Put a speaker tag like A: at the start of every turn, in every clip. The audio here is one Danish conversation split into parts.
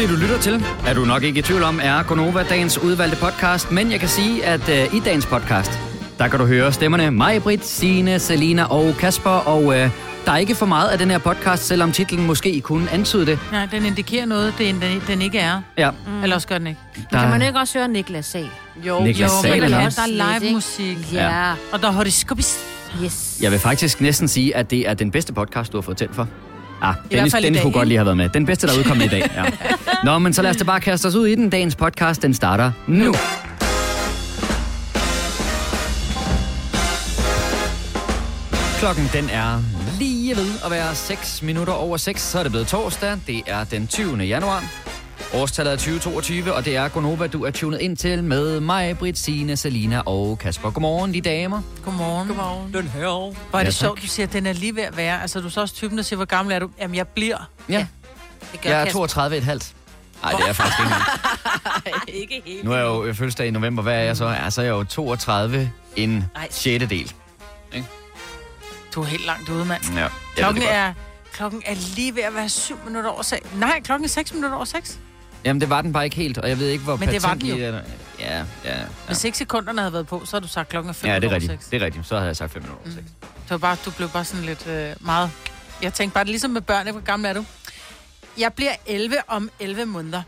A: det, du lytter til, er du nok ikke i tvivl om, er Gonova dagens udvalgte podcast, men jeg kan sige, at øh, i dagens podcast, der kan du høre stemmerne Majbrit, Sine, Selina og Kasper, og øh, der er ikke for meget af den her podcast, selvom titlen måske kunne antyde det.
B: Nej, den indikerer noget, den, den, den ikke er.
A: Ja,
B: Mm. Eller også gør den ikke.
A: der,
C: Kan man ikke også høre Niklas Sal?
D: Jo,
A: Niklas
B: Jo,
A: Sahl
B: men
A: er
B: der,
A: med.
B: er- der er live musik.
C: Ja.
B: Og der er horoskopis.
C: Yes.
A: Jeg vil faktisk næsten sige, at det er den bedste podcast, du har fået tændt for. Ah, Dennis,
B: fald i
A: Dennis
B: dag,
A: kunne godt
B: ikke?
A: lige have været med. Den bedste, der er udkommet i dag. Ja. Nå, men så lad os da bare kaste os ud i den. Dagens podcast, den starter nu. Klokken den er lige ved at være 6 minutter over 6, så er det blevet torsdag. Det er den 20. januar. Årstallet er 2022, og det er Gonova, du er tunet ind til med mig, Britt, Signe, Selina og Kasper. Godmorgen, de damer.
B: Godmorgen. Godmorgen. Den her. Hvor er det
A: Ja,
B: ja,
A: tak.
B: sjovt, du siger, at den er lige ved at være. Altså, du er så også typen, der siger, hvor gammel er du? Jamen, jeg bliver.
A: Ja,
C: Det
A: jeg er
C: Kasper.
A: 32 et halvt. Nej, det er jeg faktisk ikke. engang.
C: Ikke helt.
A: Nu er jeg jo jeg fødselsdag i november. Hvad er jeg så? Ja, så er jeg jo 32 en
C: Ej.
A: sjettedel.
B: Du er helt langt ude, mand.
A: Ja, jeg
B: Klokken
A: ved det godt.
B: er, klokken er lige ved at være 7 minutter over 6. Nej, klokken er 6 minutter over 6.
A: Jamen, det var den bare ikke helt, og jeg ved ikke, hvor
B: Men det var
A: patent
B: den
A: i
B: jo.
A: er. Ja, ja, ja.
B: Hvis ikke sekunderne havde været på, så havde du sagt klokken er 5
A: Ja, det er
B: minutter over
A: rigtigt.
B: 6.
A: Det er rigtigt. Så havde jeg sagt 5 minutter over 6.
B: Det var bare, du blev bare sådan lidt øh, meget... Jeg tænkte bare, det er ligesom med børn, hvor gammel er du? Jeg bliver 11 om 11 måneder.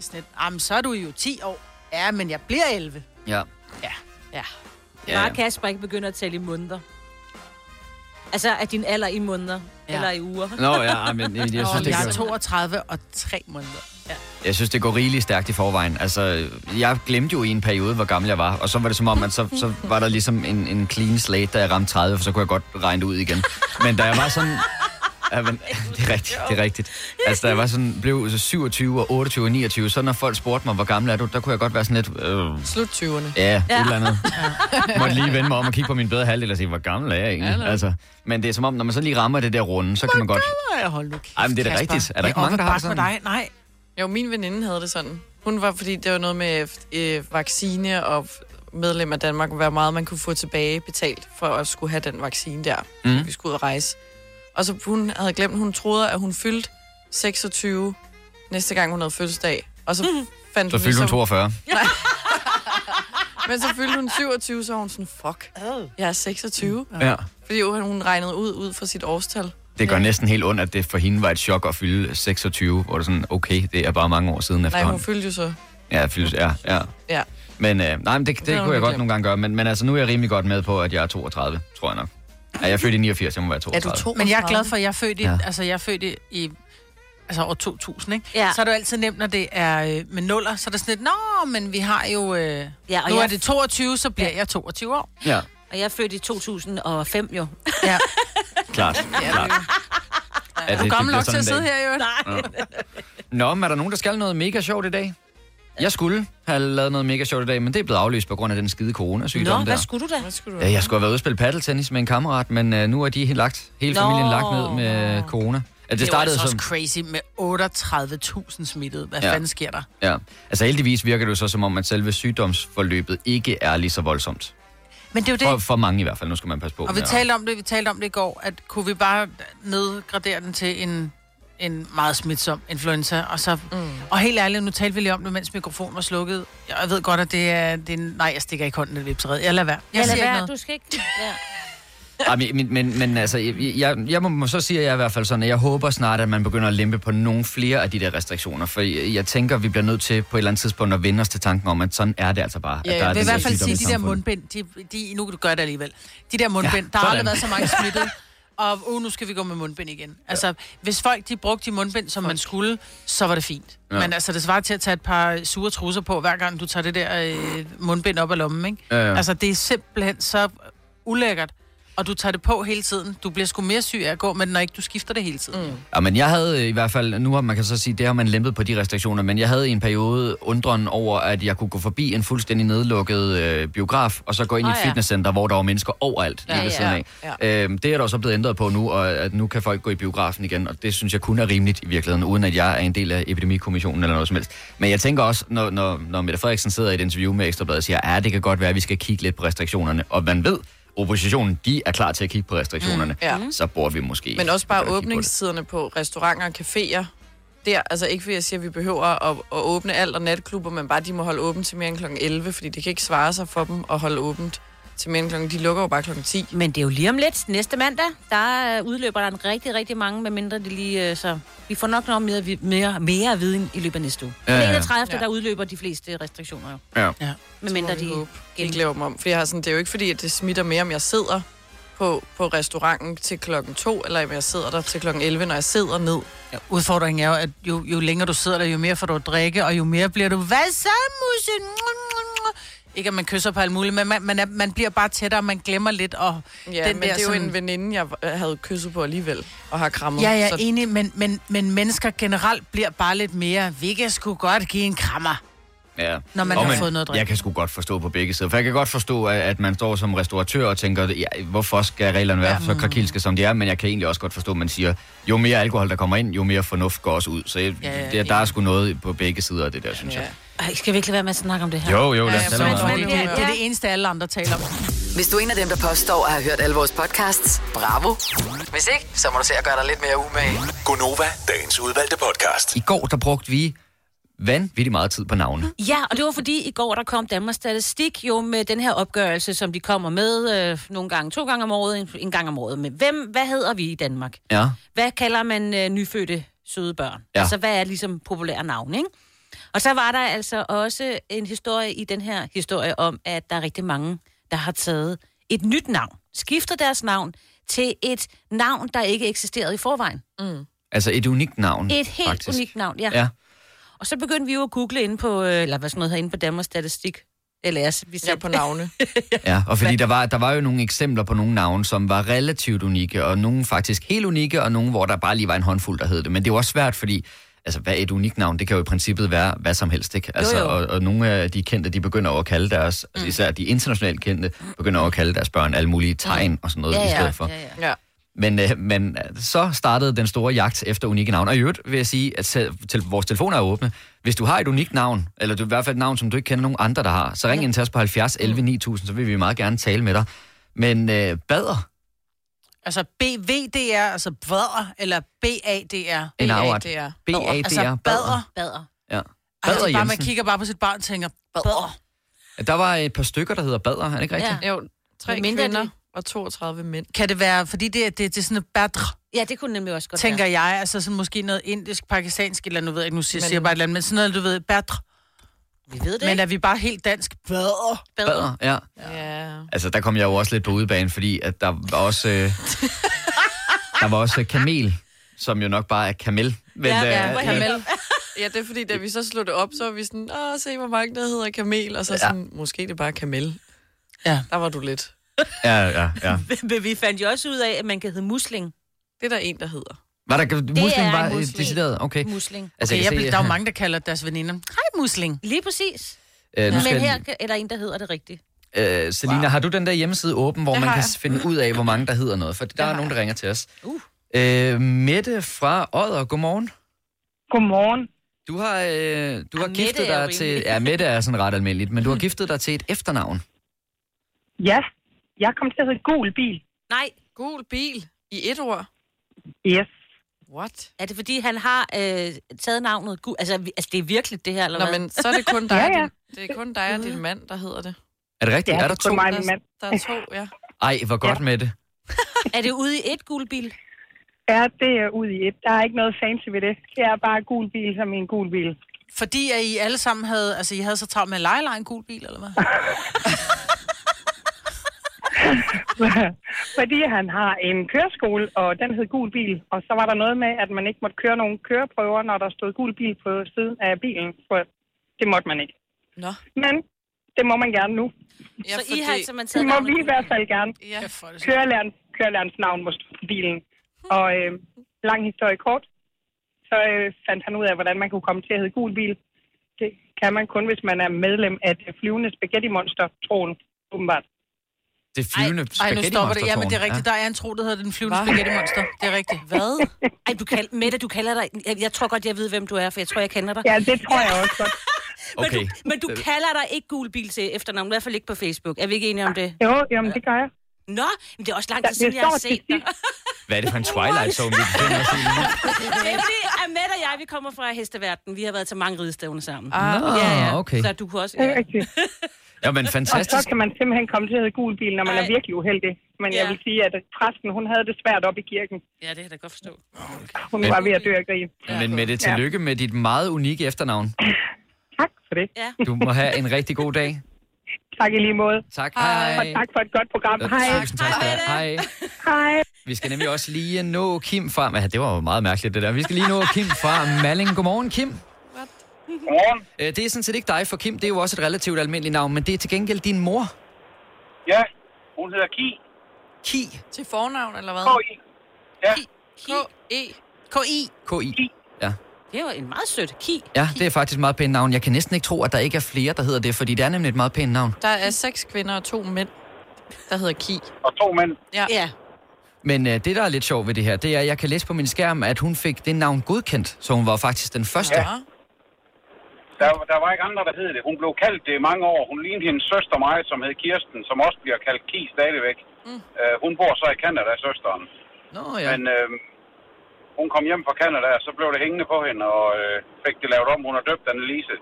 B: Sådan lidt, jamen, så er du jo 10 år. Ja, men jeg bliver 11.
A: Ja.
B: Ja.
D: Ja.
A: Ja,
D: Bare
A: ja.
D: Kasper ikke begynder at tælle i måneder. Altså, er din alder i måneder?
B: Ja.
D: Ja. Eller i uger?
A: Nå, ja, ej, men jeg, jeg,
B: Jeg,
A: synes,
B: synes,
A: det
B: jeg er
A: går,
B: 32 og 3 måneder.
A: jeg synes, det går rigeligt stærkt i forvejen. Altså, jeg glemte jo i en periode, hvor gammel jeg var, og så var det som om, at så, så var der ligesom en, en clean slate, da jeg ramte 30, for så kunne jeg godt regne det ud igen. Men da jeg var sådan... Ja, men, det er rigtigt, det er rigtigt. Altså, da jeg var sådan, blev så 27 og 28 og 29, så når folk spurgte mig, hvor gammel er du, der kunne jeg godt være sådan lidt... Øh,
E: Slut 20'erne.
A: Ja, ja, et eller andet. Ja. Måtte lige vende mig om og kigge på min bedre halvdel og sige, hvor gammel er jeg egentlig? Ja, altså, men det er som om, når man så lige rammer det der runde, så kan man godt...
E: Nej, hold nu
A: Ej, men det er da
B: Kasper,
A: rigtigt. Er der
B: jeg
A: ikke mange,
B: oppe
A: der har det
B: bakke med
A: sådan?
B: Dig? Nej,
E: Jo, min veninde havde det sådan. Hun var, fordi det var noget med øh, vaccine og medlem af Danmark, hvor meget man kunne få tilbage betalt for at skulle have den vaccine der, mm. vi skulle ud og rejse. Og så hun havde glemt, hun troede, at hun fyldte 26 næste gang, hun havde fødselsdag. Og så fandt
A: Så
E: hun,
A: fyldte hun
E: ligesom-
A: 42.
E: Men så fyldte hun 27, så var hun sådan, fuck, jeg er 26.
A: Mm. Ja.
E: Fordi hun hun regnede ud, ud fra sit årstal.
A: Det gør næsten helt ondt, at det for hende var et chok at fylde 26, hvor det er sådan, okay, det er bare mange år siden
E: Nej, hun
A: efterhånden.
E: fyldte jo så.
A: Ja, fyldt, ja, ja.
E: Ja.
A: Men øh, nej, men det, det,
E: Det har
A: det
E: hun
A: kunne jeg godt
E: glemt.
A: nogle gange gøre, men, men altså, nu er jeg rimelig godt med på, at jeg er 32, tror jeg nok. Ja, jeg er født i 89, jeg må være 32.
B: men jeg er glad for, at jeg er født i,
A: Ja.
B: ja. altså, jeg er født i, i altså over 2000, ikke?
D: Ja.
B: Så er det jo altid nemt, når det er øh, med nuller, så er det sådan lidt, nå, men vi har jo, øh,
D: Ja, og
B: nu er
D: jeg-
B: det 22, så bliver jeg 22 år.
A: Ja,
D: Og jeg er født i 2005 jo.
B: Ja.
A: klart. klart. Ja,
B: Er du gammel nok til at sidde her, jo? Nej.
A: Nå, men er der nogen, der skal noget mega sjovt i dag? Jeg skulle have lavet noget mega sjovt i dag, men det er blevet aflyst på grund af den skide coronasygdom
D: Nå,
A: der.
D: hvad skulle du da?
E: Hvad skulle du
A: Ja, Øh, jeg skulle have været ude og spille paddeltennis med en kammerat, men øh, nu er de helt lagt, hele
D: Nå.
A: familien lagt ned med corona. Altså,
B: Det
A: det
B: var
A: startede
B: altså
A: som...
B: også crazy med 38.000 smittede. Hvad
A: Ja.
B: ja. fanden sker der?
A: Ja. Altså heldigvis virker det jo så som om, at selve sygdomsforløbet ikke er lige så voldsomt.
B: Men det er jo
A: For,
B: det.
A: for mange i hvert fald, nu skal man passe på.
B: Og vi
A: med at-
B: talte om det, vi talte om det i går, at kunne vi bare nedgradere den til en, en meget smitsom influenza. Og, så, mm. og helt ærligt, nu talte vi lige om det, mens mikrofonen var slukket. Jeg ved godt, at det er... Det er nej, jeg stikker ikke hånden i vipseret. Jeg lader være. Jeg
D: Eller
B: siger ikke
D: hvad?
B: noget.
D: Du skal ikke... Ja.
A: Ej, men, men, men, men altså, jeg, jeg, jeg må, må så sige, at jeg er i hvert fald sådan, at jeg håber snart, at man begynder at lempe på nogle flere af de der restriktioner, for jeg, jeg tænker, at vi bliver nødt til på et eller andet tidspunkt at vende os til tanken om, at sådan er det altså bare.
E: Ja,
A: at
E: jeg
A: er
B: Jeg vil i
A: den
B: hvert
A: der
B: fald
A: sygdom
B: sige,
A: i
B: at de der
A: samfundet.
B: mundbind, de, de, nu kan du gøre det alligevel. De der mundbind, ja, der har
A: sådan.
B: aldrig været så mange smittede, og uh, nu skal vi gå med mundbind igen. Altså, hvis folk de brugte de mundbind, som man skulle, så var det fint.
A: Ja.
B: Ja. Men altså, det svarer til at tage et par sure trusser på, hver gang du tager det der øh, mundbind op af lommen, ikke?
A: Ja, ja.
B: Altså, det er simpelthen så ulækkert. Og du tager det på hele tiden. Du bliver sgu mere syg af at gå med den, når ikke du skifter det hele tiden. Mm.
A: Ja, men jeg havde øh, i hvert fald, nu har man kan så sige, det har man lempet på de restriktioner, men jeg havde i en periode undren over, at jeg kunne gå forbi en fuldstændig nedlukket øh, biograf, og så gå ind oh, i
D: Åh,
A: et
D: ja.
A: fitnesscenter, hvor der var mennesker overalt lige
D: Ja,
A: ved
D: ja,
A: siden af. Ja. Øhm, det er der jo så blevet ændret på nu, og at nu kan folk gå i biografen igen, og det synes jeg kun er rimeligt i virkeligheden, uden at jeg er en del af epidemikommissionen eller noget som helst. Men jeg tænker også, når, når, når Mette Frederiksen sidder i et interview med Ekstrabladet og siger, ja, det kan godt være, at vi skal kigge lidt på restriktionerne, og man ved, oppositionen, de er klar til at kigge på restriktionerne, mm,
E: ja.
A: så burde vi måske...
E: Men også bare
A: begynde at kigge på det.
E: åbningstiderne på restauranter og caféer. der, altså ikke fordi jeg siger, at vi behøver at, at åbne alt og natklubber, men bare de må holde åbent til mere end kl. 11, fordi det kan ikke svare sig for dem at holde åbent til mere end klokken. De lukker jo bare klokken 10.
D: Men det er jo lige om lidt. Næste mandag, der øh, udløber der en rigtig, rigtig mange, medmindre de lige... øh, Så vi får nok noget mere, vi- mere, mere viden i løbet af næste uge.
A: Ja,
D: Ja,
A: ja,
D: ja.
A: ja.
D: Den 31.
E: Ja.
D: Ja. der udløber de fleste restriktioner jo.
A: Ja.
B: Ja.
D: Medmindre de...
E: håbe, de
D: gen-
E: ikke laver dem om. For jeg har sådan, det er jo ikke fordi, at det smitter mere, om jeg sidder på, på restauranten til klokken 2, eller om jeg sidder der til klokken 11, når jeg sidder ned.
B: Ja, Udfordringen er jo, at jo, jo længere du sidder der, jo mere får du at drikke, og jo mere bliver du, hvad så, musse? Ikke at man kysser på alt muligt, men man, man, er, man bliver bare tættere, og man glemmer lidt. Og
E: Ja, den men
B: der
E: der, det er
B: sådan-
E: jo en veninde, jeg øh, havde kysset på alligevel, og har krammet.
B: Ja, jeg er
E: så
B: enig, men, men, men mennesker generelt bliver bare lidt mere, vi kan sgu godt give en krammer.
A: Ja.
B: Når man
A: Og
B: har fået noget at drikke.
A: Jeg kan sgu godt forstå på begge sider. For jeg kan godt forstå, at- at man står som restauratør og tænker, ja, hvorfor skal reglerne være så krakilske, som de er? Men jeg kan egentlig også godt forstå, at man siger, jo mere alkohol, der kommer ind, jo mere fornuft går også ud. Så jeg,
B: Ja, ja,
A: der, der er
B: ja.
A: sgu noget på begge sider af det der, synes jeg.
D: Ej, skal vi ikke lade være med at snakke om det her?
A: Jo, jo, lad os
E: Ja,
A: tale
E: men-
A: om
E: men-
A: det.
B: Det, det, det er det eneste, alle andre taler om.
F: Hvis du er en af dem, der påstår at have hørt alle vores podcasts, bravo. Hvis ikke, så må du se at gøre dig lidt mere umage.
G: Gunova, dagens udvalgte podcast.
A: I går, der brugte vi vanvittigt meget tid på navne.
D: Ja, og det var fordi i går, der kom Danmarks Statistik jo med den her opgørelse, som de kommer med øh, nogle gange, to gange om året, en, en gang om året. Men hvem, hvad hedder vi i Danmark?
A: Ja.
D: Hvad kalder man øh, nyfødte søde børn?
A: Ja.
D: Ja. Altså, hvad er ligesom populære navn, ikke? Og så var der altså også en historie i den her historie om, at der er rigtig mange, der har taget et nyt navn, skifter deres navn til et navn, der ikke eksisterede i forvejen.
A: Altså et unikt navn,
D: Et helt
A: faktisk.
D: unikt navn, ja. ja.
A: Ja.
D: Og så begyndte vi jo at google inde på, øh, eller hvad sådan noget herinde på Danmarks Statistik. Eller altså, vi
E: jeg er
D: satte
E: på navne.
A: Ja, og fordi der var, der var jo nogle eksempler på nogle navne, som var relativt unikke, og nogle faktisk helt unikke, og nogle, hvor der bare lige var en håndfuld, der hed det. Men det er jo også svært, fordi altså, hvad er et unikt navn? Det kan jo i princippet være hvad som helst, ikke? Altså,
D: jo.
A: Og, og nogle af de kendte, de begynder over at kalde deres, mm. altså, især de internationalt kendte, begynder over at kalde deres børn alle mulige tegn og sådan noget
D: Mm. Ja,
A: i
D: ja,
A: stedet for.
D: ja, ja.
E: Ja.
A: Men, øh, men øh, så startede den store jagt efter unikke navne. Og i øvrigt vil jeg sige, at selv, til, vores telefoner er åbne. Hvis du har et unikt navn, eller du, i hvert fald et navn, som du ikke kender nogen andre, der har, så ring ind til os på 70 11 9000, så vil vi meget gerne tale med dig. Men øh, bader,
B: Altså BVDR, altså brædder, eller BADR.
A: en afret.
E: BADR.
A: B-A-D-R,
B: Altså bader.
D: bader.
A: Ja.
B: Altså,
A: Bader
B: bare, man
A: Jensen.
B: kigger bare på sit barn og tænker, bader.
A: Der var et par stykker, der hedder bader, er det ikke rigtigt?
D: Ja.
E: Jo, tre
D: Hvor mindre er
E: kvinder
D: det?
E: og 32 mænd.
B: Kan det være, fordi det, er- det, det er sådan et badr,
D: Ja, det kunne nemlig også godt
B: tænker
D: være.
B: jeg, altså sådan måske noget indisk, pakistansk, eller nu ved jeg ikke, nu siger,
E: Men-
B: men, siger jeg bare et eller andet, men sådan noget, du ved, badr.
D: Vi ved det
B: Men
D: ikke.
B: er vi bare helt dansk? Bader.
A: Bader, ja.
E: Ja.
A: Altså, der kom jeg jo også lidt på udebane, fordi at der var også... Øh, der var også øh, kamel, som jo nok bare er kamel. Men,
D: Ja, ja,
A: øh,
D: hvor
E: Kamel. Ja, det er fordi, da vi så slog det op, så var vi sådan, åh, se hvor mange der hedder Kamel, og så sådan, måske det er bare Kamel.
B: Ja.
E: Der var du lidt.
A: ja, ja, ja.
D: Men vi fandt jo også ud af, at man kan hedde musling.
E: Det er der en, der hedder.
A: Var der musling
D: er
A: var
D: en
A: øh,
D: musling.
A: decideret? Okay.
D: Musling.
A: Altså,
B: Okay, jeg,
A: kan
B: bliver-
A: se,
B: der er jo mange, der kalder deres veninder. Hej, musling.
D: Lige præcis.
A: øh, nu
D: Men
A: skal,
D: her er der en, der hedder det rigtigt.
A: øh, Selina, har du den der hjemmeside åben, hvor
E: Det
A: man
E: har
A: kan
E: jeg.
A: finde ud af, hvor mange der hedder noget? For der er
E: har
A: nogen, der ringer til os.
D: Uh.
A: Øh, Mette fra Odder, godmorgen.
H: Godmorgen.
A: Du har, øh, du har
D: Mette
A: giftet
D: er jo
A: dig til...
D: rimelig.
A: Ja, Mette er sådan ret almindeligt, men du har giftet dig til et efternavn.
H: Ja, jeg kom til at hedde gul bil.
D: Nej,
E: Gul bil i et ord.
H: Yes.
E: What?
D: er det fordi, han har øh, taget navnet Gud? Altså, vi- altså, det er virkelig det her, eller
E: Nå,
D: hvad?
E: men så er det kun dig, ja, ja.
H: Ja, ja.
E: Din, det er kun dig og din mand, der hedder det.
A: Er det rigtigt?
H: Ja,
A: er der
H: det er
A: to?
H: kun mig og
E: Der,
H: min mand.
E: der er to, ja.
A: Ej, hvor godt, ja. Mette.
D: Er det ude i et gulbil?
H: Ja, det er ud i et. Der er ikke noget fancy ved det. Det er bare gul bil som en gul bil.
B: Fordi at I alle sammen havde, altså I havde så travlt med at lege, lege en gul bil, eller hvad?
H: Fordi han har en køreskole, og den hed gul bil. Og så var der noget med, at man ikke måtte køre nogen køreprøver, når der stod gul bil på siden af bilen. For det måtte man ikke.
E: Nå.
H: Men det må man gerne nu.
E: Ja,
D: så I har altså man
H: Det
D: taget
H: må
D: navnet
H: vi i hvert fald gerne.
E: ja.
B: Ja, for det så.
H: Kørelærens, kørelærens navn må stå på bilen. Og øh, lang historie kort, så øh, fandt han ud af, hvordan man kunne komme til at hedde gul bil. Det kan man kun, hvis man er medlem af det flyvende spaghetti-monster, troen, åbenbart.
A: Det
B: Ej, nu
A: flyvende
B: stopper det.
A: spaghetti-monstertårn.
B: Ja, men det er rigtigt.
A: Ja.
B: Der er en tro, der hedder den flyvende
E: Hva?
B: spaghetti-monster. Det er rigtigt.
D: Hvad? Ej, du kald, Mette, du kalder dig... Jeg, jeg tror godt, jeg ved, hvem du er, for jeg tror, jeg kender dig.
H: Ja, det tror jeg også godt.
A: Okay.
D: Men, du, men du kalder dig ikke gulbil til efternavn, i hvert fald ikke på Facebook. Er vi ikke enige om det?
H: Jo, jamen, det gør jeg.
D: Nå, men det er også lang
H: Der,
D: tid
H: det
D: siden, jeg
H: står
D: har
H: til
D: set dig.
H: sidst.
A: Hvad er det for en Twilight Zone, vi befinder os i?
D: Nemlig, at Mette og jeg, vi kommer fra hesteverden. Vi har været til mange ridestævner sammen.
A: Nå, Ah, okay.
D: Så du kunne også...
H: Det er
D: Ja.
H: rigtigt.
A: Ja, men
H: Og så
A: fantastisk.
H: kan man simpelthen komme til at hedde gul bil, når man
D: Ej.
H: er virkelig uheldig. Men jeg
D: Ja.
H: vil sige, at øh, præsten, hun havde det svært op i kirken.
D: ja, det kan jeg da godt forstå.
H: Hun
A: Men-
H: var ved at dø af grin.
A: Men Mette, tillykke med dit meget unikke efternavn.
H: Tak for det.
D: Ja.
A: Du må have en rigtig god dag.
H: Tak i lige måde.
A: Tak. Hej.
H: Og tak for et godt program.
A: Ja,
H: Hej.
A: Øh, Tusind tak. Hej, Hej.
H: Hej.
A: Vi skal nemlig også lige nå Kim fra... Ja, det var jo meget mærkeligt, det der. Vi skal lige nå Kim fra Malling. Godmorgen, Kim.
I: Godmorgen.
A: Øh, Det er sådan set ikke dig, for Kim, det er jo også et relativt almindeligt navn, men det er til gengæld din mor,
I: Ja, hun hedder Ki.
A: Ki.
E: Til fornavn, eller hvad?
I: K-I.
E: K-E.
B: K.I.
A: K-I. Ja.
D: E. Det var en meget sødt ki.
A: ja, det er faktisk et meget pænt navn. Jeg kan næsten ikke tro, at der ikke er flere, der hedder det, fordi det er nemlig et meget pænt navn.
E: Der er seks kvinder og to mænd, der hedder Ki.
I: Og to mænd.
D: Ja.
A: Men øh, det, der er lidt sjovt ved det her, det er, at jeg kan læse på min skærm, at hun fik det navn godkendt, så hun var faktisk den første. Ja.
I: Der, der var ikke andre, der hed det. Hun blev kaldt det i mange år. Hun lignede hendes søster mig, som hed Kirsten, som også bliver kaldt Ki stadigvæk. Mm. Øh, hun bor så i Kanada, søsteren.
A: Nå,
I: Ja.
A: ja.
I: Men øh, hun kom hjem fra Kanada, og så blev det hængende på hende, og øh, fik det lavet om. Hun har døbt Annelise.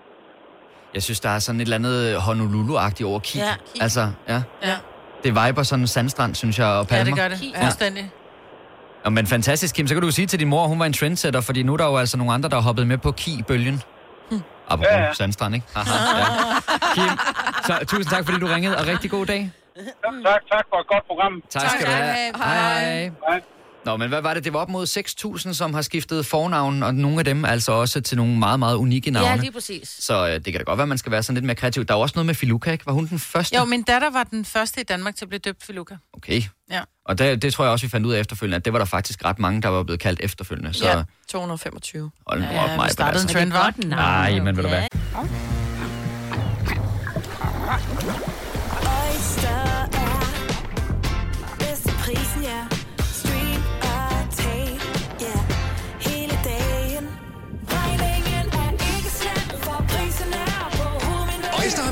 A: Jeg synes, der er sådan et eller andet Honolulu-agtigt over Ki.
D: Ja, Ki.
A: Altså, ja.
B: Ja.
A: Det viber sådan sandstrand, synes jeg, og
B: Ja,
A: palmer.
B: det gør det.
D: Ki.
B: Fuldstændig.
A: Nå, men fantastisk, Kim. Så kan du jo sige til din mor, at hun var en trendsetter, fordi nu er der jo altså nogle andre, der har hoppet med på Ki-bølgen. Hm. Apropos ja,
I: Ja,
A: ja.
I: ja.
A: Sandstrand, ikke? Aha, ja. Kim, så tusind tak, fordi du ringede, og rigtig god dag.
I: Ja, tak, tak for et godt program.
A: Tak, tak skal du have. Hej. Hej.
I: Hej.
A: Nå, men hvad var det? Det var op mod 6.000, som har skiftet fornavn, og nogle af dem altså også til nogle meget, meget unikke navne.
D: ja, lige præcis.
A: Så øh, det kan da godt være, man skal være sådan lidt mere kreativ. Der er jo også noget med Filuka, ikke? Var hun den første?
B: Jo, min datter var den første i Danmark til at blive døbt Filuka.
A: Okay.
B: Ja.
A: Og det, det tror jeg også, vi fandt ud af efterfølgende, at det var der faktisk ret mange, der var blevet kaldt efterfølgende. Så
E: Ja,
A: ja.
E: 225.
A: hold nu op,
B: Ja,
A: mig.
B: vi startede en trend, var.
D: Godt navn.
A: Nej, men ved du hvad?
J: Oyster er bedst til prisen, ja. Stream og tag, ja. Hele dagen. Regningen er ikke slem, for prisen er på
K: Øjster har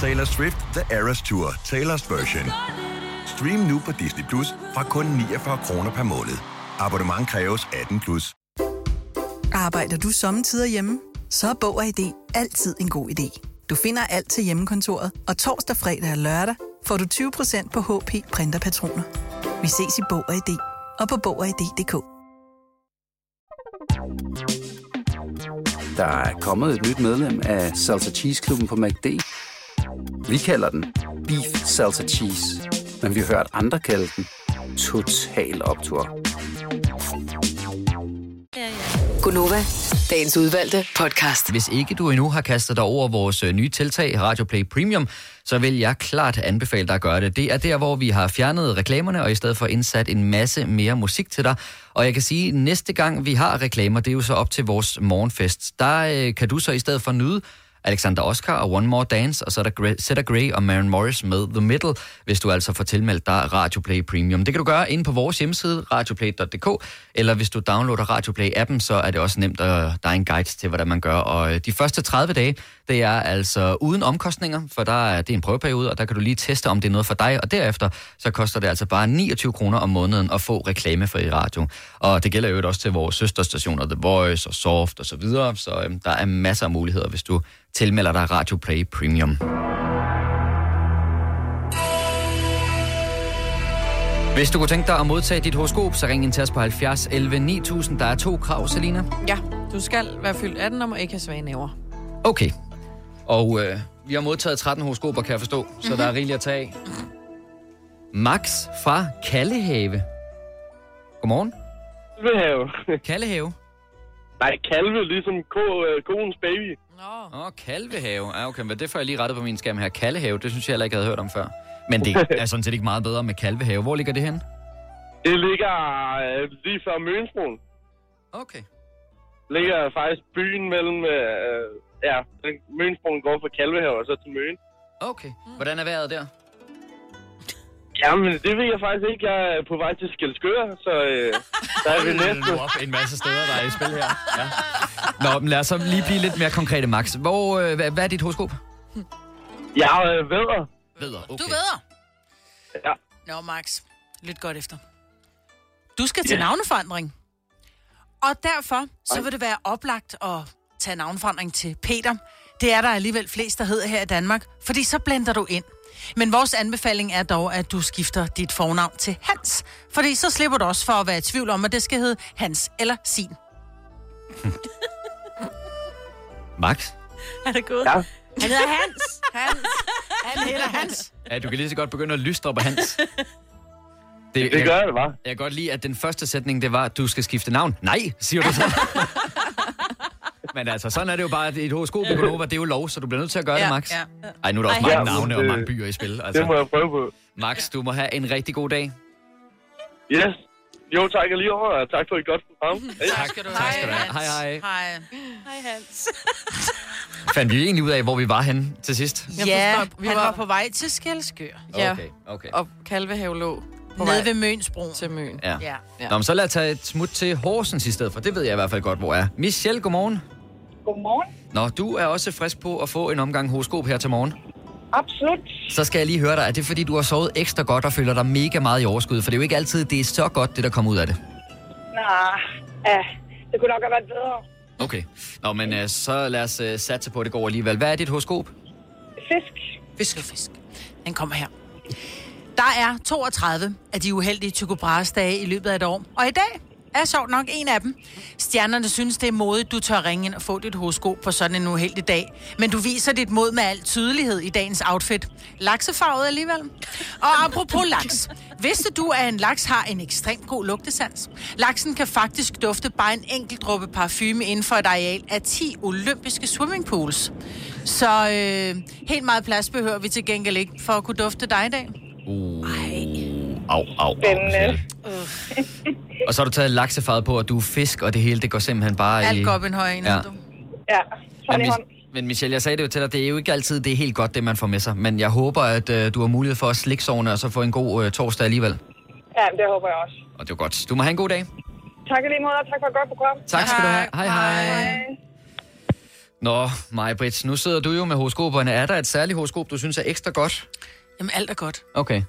G: Taylor Swift The Eras Tour, Taylor's version. Stream nu på Disney Plus fra kun 49 kroner per måned. Abonnement kræves 18 plus.
L: Arbejder du sommetider hjemme? Så er Bog og ID altid en god idé. Du finder alt til hjemmekontoret, og torsdag, fredag og lørdag får du 20% på HP Printerpatroner. Vi ses i Bog og ID og på Bog og ID.dk.
M: Der er kommet et nyt medlem af Salsa Cheese Klubben på MACD. Vi kalder den Beef Salsa Cheese, men vi har hørt andre kalde den Total Optor.
N: Gunova, dagens udvalgte podcast.
A: Hvis ikke du endnu har kastet dig over vores øh, nye tiltag, Radio Play Premium, så vil jeg klart anbefale dig at gøre det. Det er der, hvor vi har fjernet reklamerne og i stedet for indsat en masse mere musik til dig. Og jeg kan sige, at næste gang vi har reklamer, det er jo så op til vores morgenfest. Der øh, kan du så i stedet for nyde Alexander Oscar og One More Dance, og så er der Gre- Zeta Gray og Maren Morris med The Middle, hvis du altså får tilmeldt dig Radio Play Premium. Det kan du gøre inde på vores hjemmeside, radioplay.dk, eller hvis du downloader Radio Play-appen, så er det også nemt, at der er en guide til, hvordan man gør. Og øh, de første 30 dage, det er altså uden omkostninger, for der er, det er en prøveperiode, og der kan du lige teste, om det er noget for dig, og derefter så koster det altså bare 29 kroner om måneden at få reklamefri radio. Og det gælder jo også til vores søsterstationer, The Voice og Soft og så videre, så øhm, der er masser af muligheder, hvis du tilmelder dig Radio Play Premium. Hvis du kunne tænke dig at modtage dit horoskop, så ring ind til os på 70 11 9000. Der er to krav, Selina.
E: Ja, du skal være fyldt 18 og må ikke have svage næver.
A: Okay. Og øh, vi har modtaget 13 horoskoper, kan jeg forstå, så mm-hmm. der er rigeligt at tage af. Max fra Kallehave. Godmorgen.
O: Kalvehave.
A: Kallehave.
O: Nej, kalve, ligesom ko, øh, koens baby.
E: Nå.
A: Åh, oh, Kalvehave. Ja, okay, men det får jeg lige rettet på min skærm her. Kallehave, det synes jeg heller ikke, jeg havde hørt om før. Men det er sådan set ikke meget bedre med Kalvehave. Hvor ligger det henne?
O: Det ligger øh, lige før Mønsbroen.
A: Okay.
P: ligger faktisk byen mellem, øh, ja, den- Mønsbroen går fra Kalvehave og så til Møn.
A: Okay. Mm. Hvordan er vejret der?
P: Jamen, det ved jeg faktisk ikke. Jeg er på vej til Skelskør, så øh, der er vi næste.
A: Nu op en masse steder, der er i spil her. Ja. Nå, men lad os så lige blive lidt mere konkrete, Max. Hvor, øh, hvad, hvad er dit horoskop?
P: Jeg er øh, vædder.
A: Vædder,
B: Du ved.
P: Ja.
B: Nå, Max, lyt godt efter. Du skal til navneforandring. Og derfor, så vil det være oplagt at tage navnforandring til Peter. Det er der alligevel flest, der hedder her i Danmark, fordi så blander du ind. Men vores anbefaling er dog, at du skifter dit fornavn til Hans, fordi så slipper du også for at være i tvivl om, at det skal hedde Hans eller Sin.
A: Max?
D: Er det godt?
A: Ja.
D: Han hedder Hans.
B: Hans. Han hedder Hans.
A: Ja, du kan lige så godt begynde at lystre på Hans.
P: Det gør jeg, det var.
A: Jeg kan godt lide, at den første sætning, det var, at du skal skifte navn. Nej, siger du så. Men altså, sådan er det jo bare, at et horoskop i Gonova, det er jo lov, så du bliver nødt til at gøre
P: Ja,
A: det, Max.
P: ja.
A: Ej, nu er der også
P: Ej,
A: mange
P: ja,
A: navne og
P: det-
A: mange byer i spil. Altså.
P: Det må jeg prøve på.
A: Max, du må have en rigtig god dag.
P: Yes. Jo, tak lige over, og tak for et godt program.
B: Tak skal du have.
A: skal du have. Hej, hej.
B: Hej. Hej, Hans.
A: Fandt vi egentlig ud af, hvor vi var henne til sidst?
B: Ja, vi han var... var på vej til Skelskør.
E: Ja.
A: Okay, okay.
E: Og Kalvehave lå på
B: Nede
E: vej
B: ved Mønsbroen.
E: til Møn.
A: Ja.
B: ja.
A: ja. Nå, men så lad os tage et smut til Horsens i stedet for. Det ved jeg i hvert fald godt, hvor er. Michelle, godmorgen.
Q: Godmorgen.
A: Nå, du er også frisk på at få en omgang horoskop her til morgen.
Q: Absolut.
A: Så skal jeg lige høre dig, er det fordi, du har sovet ekstra godt og føler dig mega meget i overskud? For det er jo ikke altid, det er så godt, det der kommer ud af det.
Q: Nå, ja, det kunne nok have været bedre.
A: Okay. Nå, men øh, så lad os øh, satse på, at det går alligevel. Hvad er dit horoskop?
Q: Fisk.
B: Fisk. Fisk. Den kommer her. Der er 32 af de uheldige Tycho Brahes dage i løbet af et år. Og i dag er sjovt nok en af dem. Stjernerne synes, det er modigt, du tør ringe ind og få dit horoskop på sådan en uheldig dag. Men du viser dit mod med al tydelighed i dagens outfit. Laksefarvet alligevel. Og apropos laks. Vidste du, at en laks har en ekstremt god lugtesans? Laksen kan faktisk dufte bare en enkelt dråbe parfume inden for et areal af 10 olympiske swimmingpools. Så øh, helt meget plads behøver vi til gengæld ikke for at kunne dufte dig i dag.
A: Uh, au, au, au.
Q: Spændende.
A: Og så har du taget laksefaget på, at du er fisk, og det hele, det går simpelthen bare i...
B: Alt går op i en høj ende,
A: Ja.
B: du.
Q: Ja,
A: Ja, Mich- men Michelle, jeg sagde det jo til dig, det er jo ikke altid det er helt godt, det man får med sig. Men jeg håber, at øh, du har mulighed for at slikke sovende, og så få en god øh, torsdag alligevel.
Q: Ja, det håber jeg også.
A: Og det er godt. Du må have en god dag.
Q: Tak i lige måde, og tak for et godt program.
A: Tak skal du have. Hej, hej.
Q: hej.
A: Nå, Maja Brits, nu sidder du jo med horoskoperne. Er der et særligt horoskop, du synes er ekstra godt?
B: Jamen, alt er godt.
A: Okay.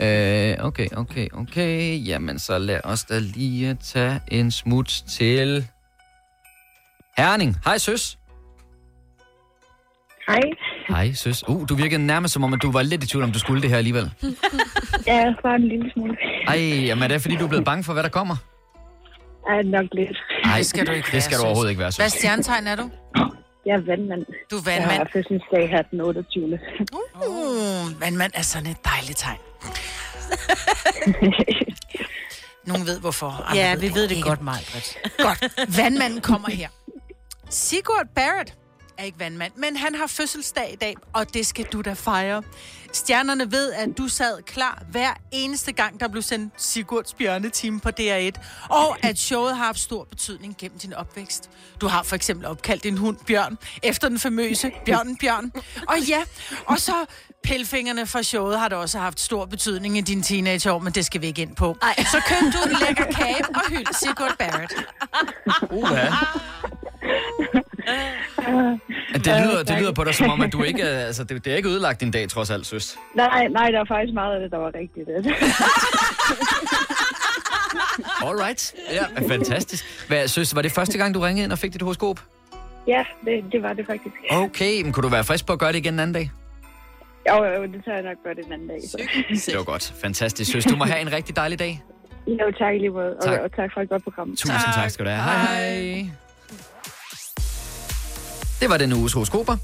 A: Øh, okay, okay, okay. Jamen, så lad os da lige tage en smut til... Herning. Hej, søs.
R: Hej.
A: Hej, søs. Uh, du virkede nærmest som om, at du var lidt i tvivl, om du skulle det her alligevel.
R: Ja, bare en lille smule.
A: Ej, jamen er det fordi, du er blevet bange for, hvad der kommer?
R: Ja, nok lidt.
A: Nej, det skal du ikke det skal du overhovedet ikke være, søs.
B: Hvad stjernetegn er du?
R: Jeg er vandmand.
B: Du er vandmand.
R: Jeg har fødselsdag her den 28.
B: Uh, vandmand er sådan et dejligt tegn. Nogen ved hvorfor.
D: Ja, vi ved det godt,
B: meget. Godt. Vandmanden kommer her. Sigurd Barrett er ikke vandmand, men han har fødselsdag i dag, og det skal du da fejre. Stjernerne ved, at du sad klar hver eneste gang, der blev sendt Sigurds bjørnetime på DR1, og at showet har haft stor betydning gennem din opvækst. Du har for eksempel opkaldt din hund Bjørn, efter den famøse Bjørn Bjørn. Og ja, og så pilfingerne fra showet har da også haft stor betydning i dine teenageår, men det skal vi ikke ind på. Ej. Så købte du en lækker kage og hyld Sigurd Barrett.
A: Uha. Det lyder, det lyder på dig som om, at du ikke er, altså, det, det er ikke ødelagt din dag, trods alt, søs.
R: Nej, nej, der var faktisk meget af det, der var rigtigt.
A: Alright. Ja, fantastisk. Hvad, søs, var det første gang, du ringede ind og fik dit horoskop?
R: ja, det, det var det faktisk.
A: Okay, men kunne du være frisk på at gøre det igen en anden dag?
R: Jo, jo, det tager jeg nok godt en anden dag. Så.
A: Det var godt. Fantastisk, søs. Du må have en rigtig dejlig dag.
R: Jo, tak i lige måde,
A: Tak.
R: og, og tak for et godt program.
A: Tusind tak, tak skal du have. Hej, hej. Det var den uges horoskoper.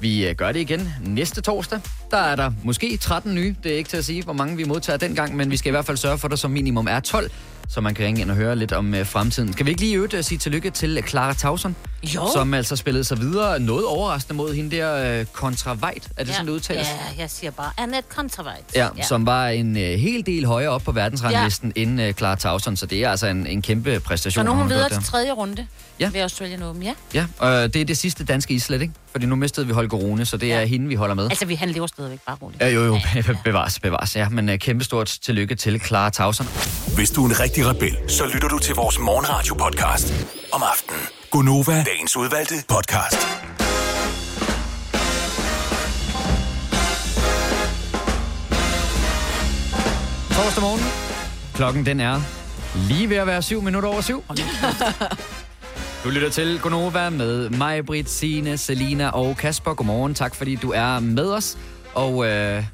A: Vi øh, gør det igen næste torsdag. Der er der måske 13 nye. Det er ikke til at sige, hvor mange vi modtager dengang, men vi skal i hvert fald sørge for, at der som minimum er 12, så man kan ringe ind og høre lidt om øh, fremtiden. Skal vi ikke lige i øvrigt øh, sige tillykke til Clara Tauson, jo. som altså spillede sig videre noget overraskende mod hende der øh, Contra Veit. Er det ja. sådan, det udtales?
D: Ja, jeg siger bare Annette Kontaveit.
A: Ja, ja, som var en øh, hel del højere op på verdensranglisten ja. end øh, Clara Tauson, så det er altså en, en kæmpe præstation.
D: Så nu er
A: hun
D: hun
A: har
D: videre
A: gjort
D: til
A: der.
D: tredje runde
A: Ja.
D: ved Australian Open, ja.
A: Ja, og det er det sidste danske islet, ikke? Fordi nu mistede vi Holger Rune, så det ja. er hende, vi holder med.
D: Altså, vi, han lever stadigvæk bare roligt.
A: Ja, jo, jo, be- bevares, bevares, ja. Men uh, kæmpestort tillykke til Clara Tauson.
G: Hvis du er en rigtig rebel, så lytter du til vores morgenradio-podcast om aftenen. Gunova, dagens udvalgte podcast.
A: Torsdag morgen. Klokken den er lige ved at være 7 minutter over syv. Du lytter til Gonova med mig, Britt, Signe, Selina og Kasper. Godmorgen, tak fordi du er med os. Og øh,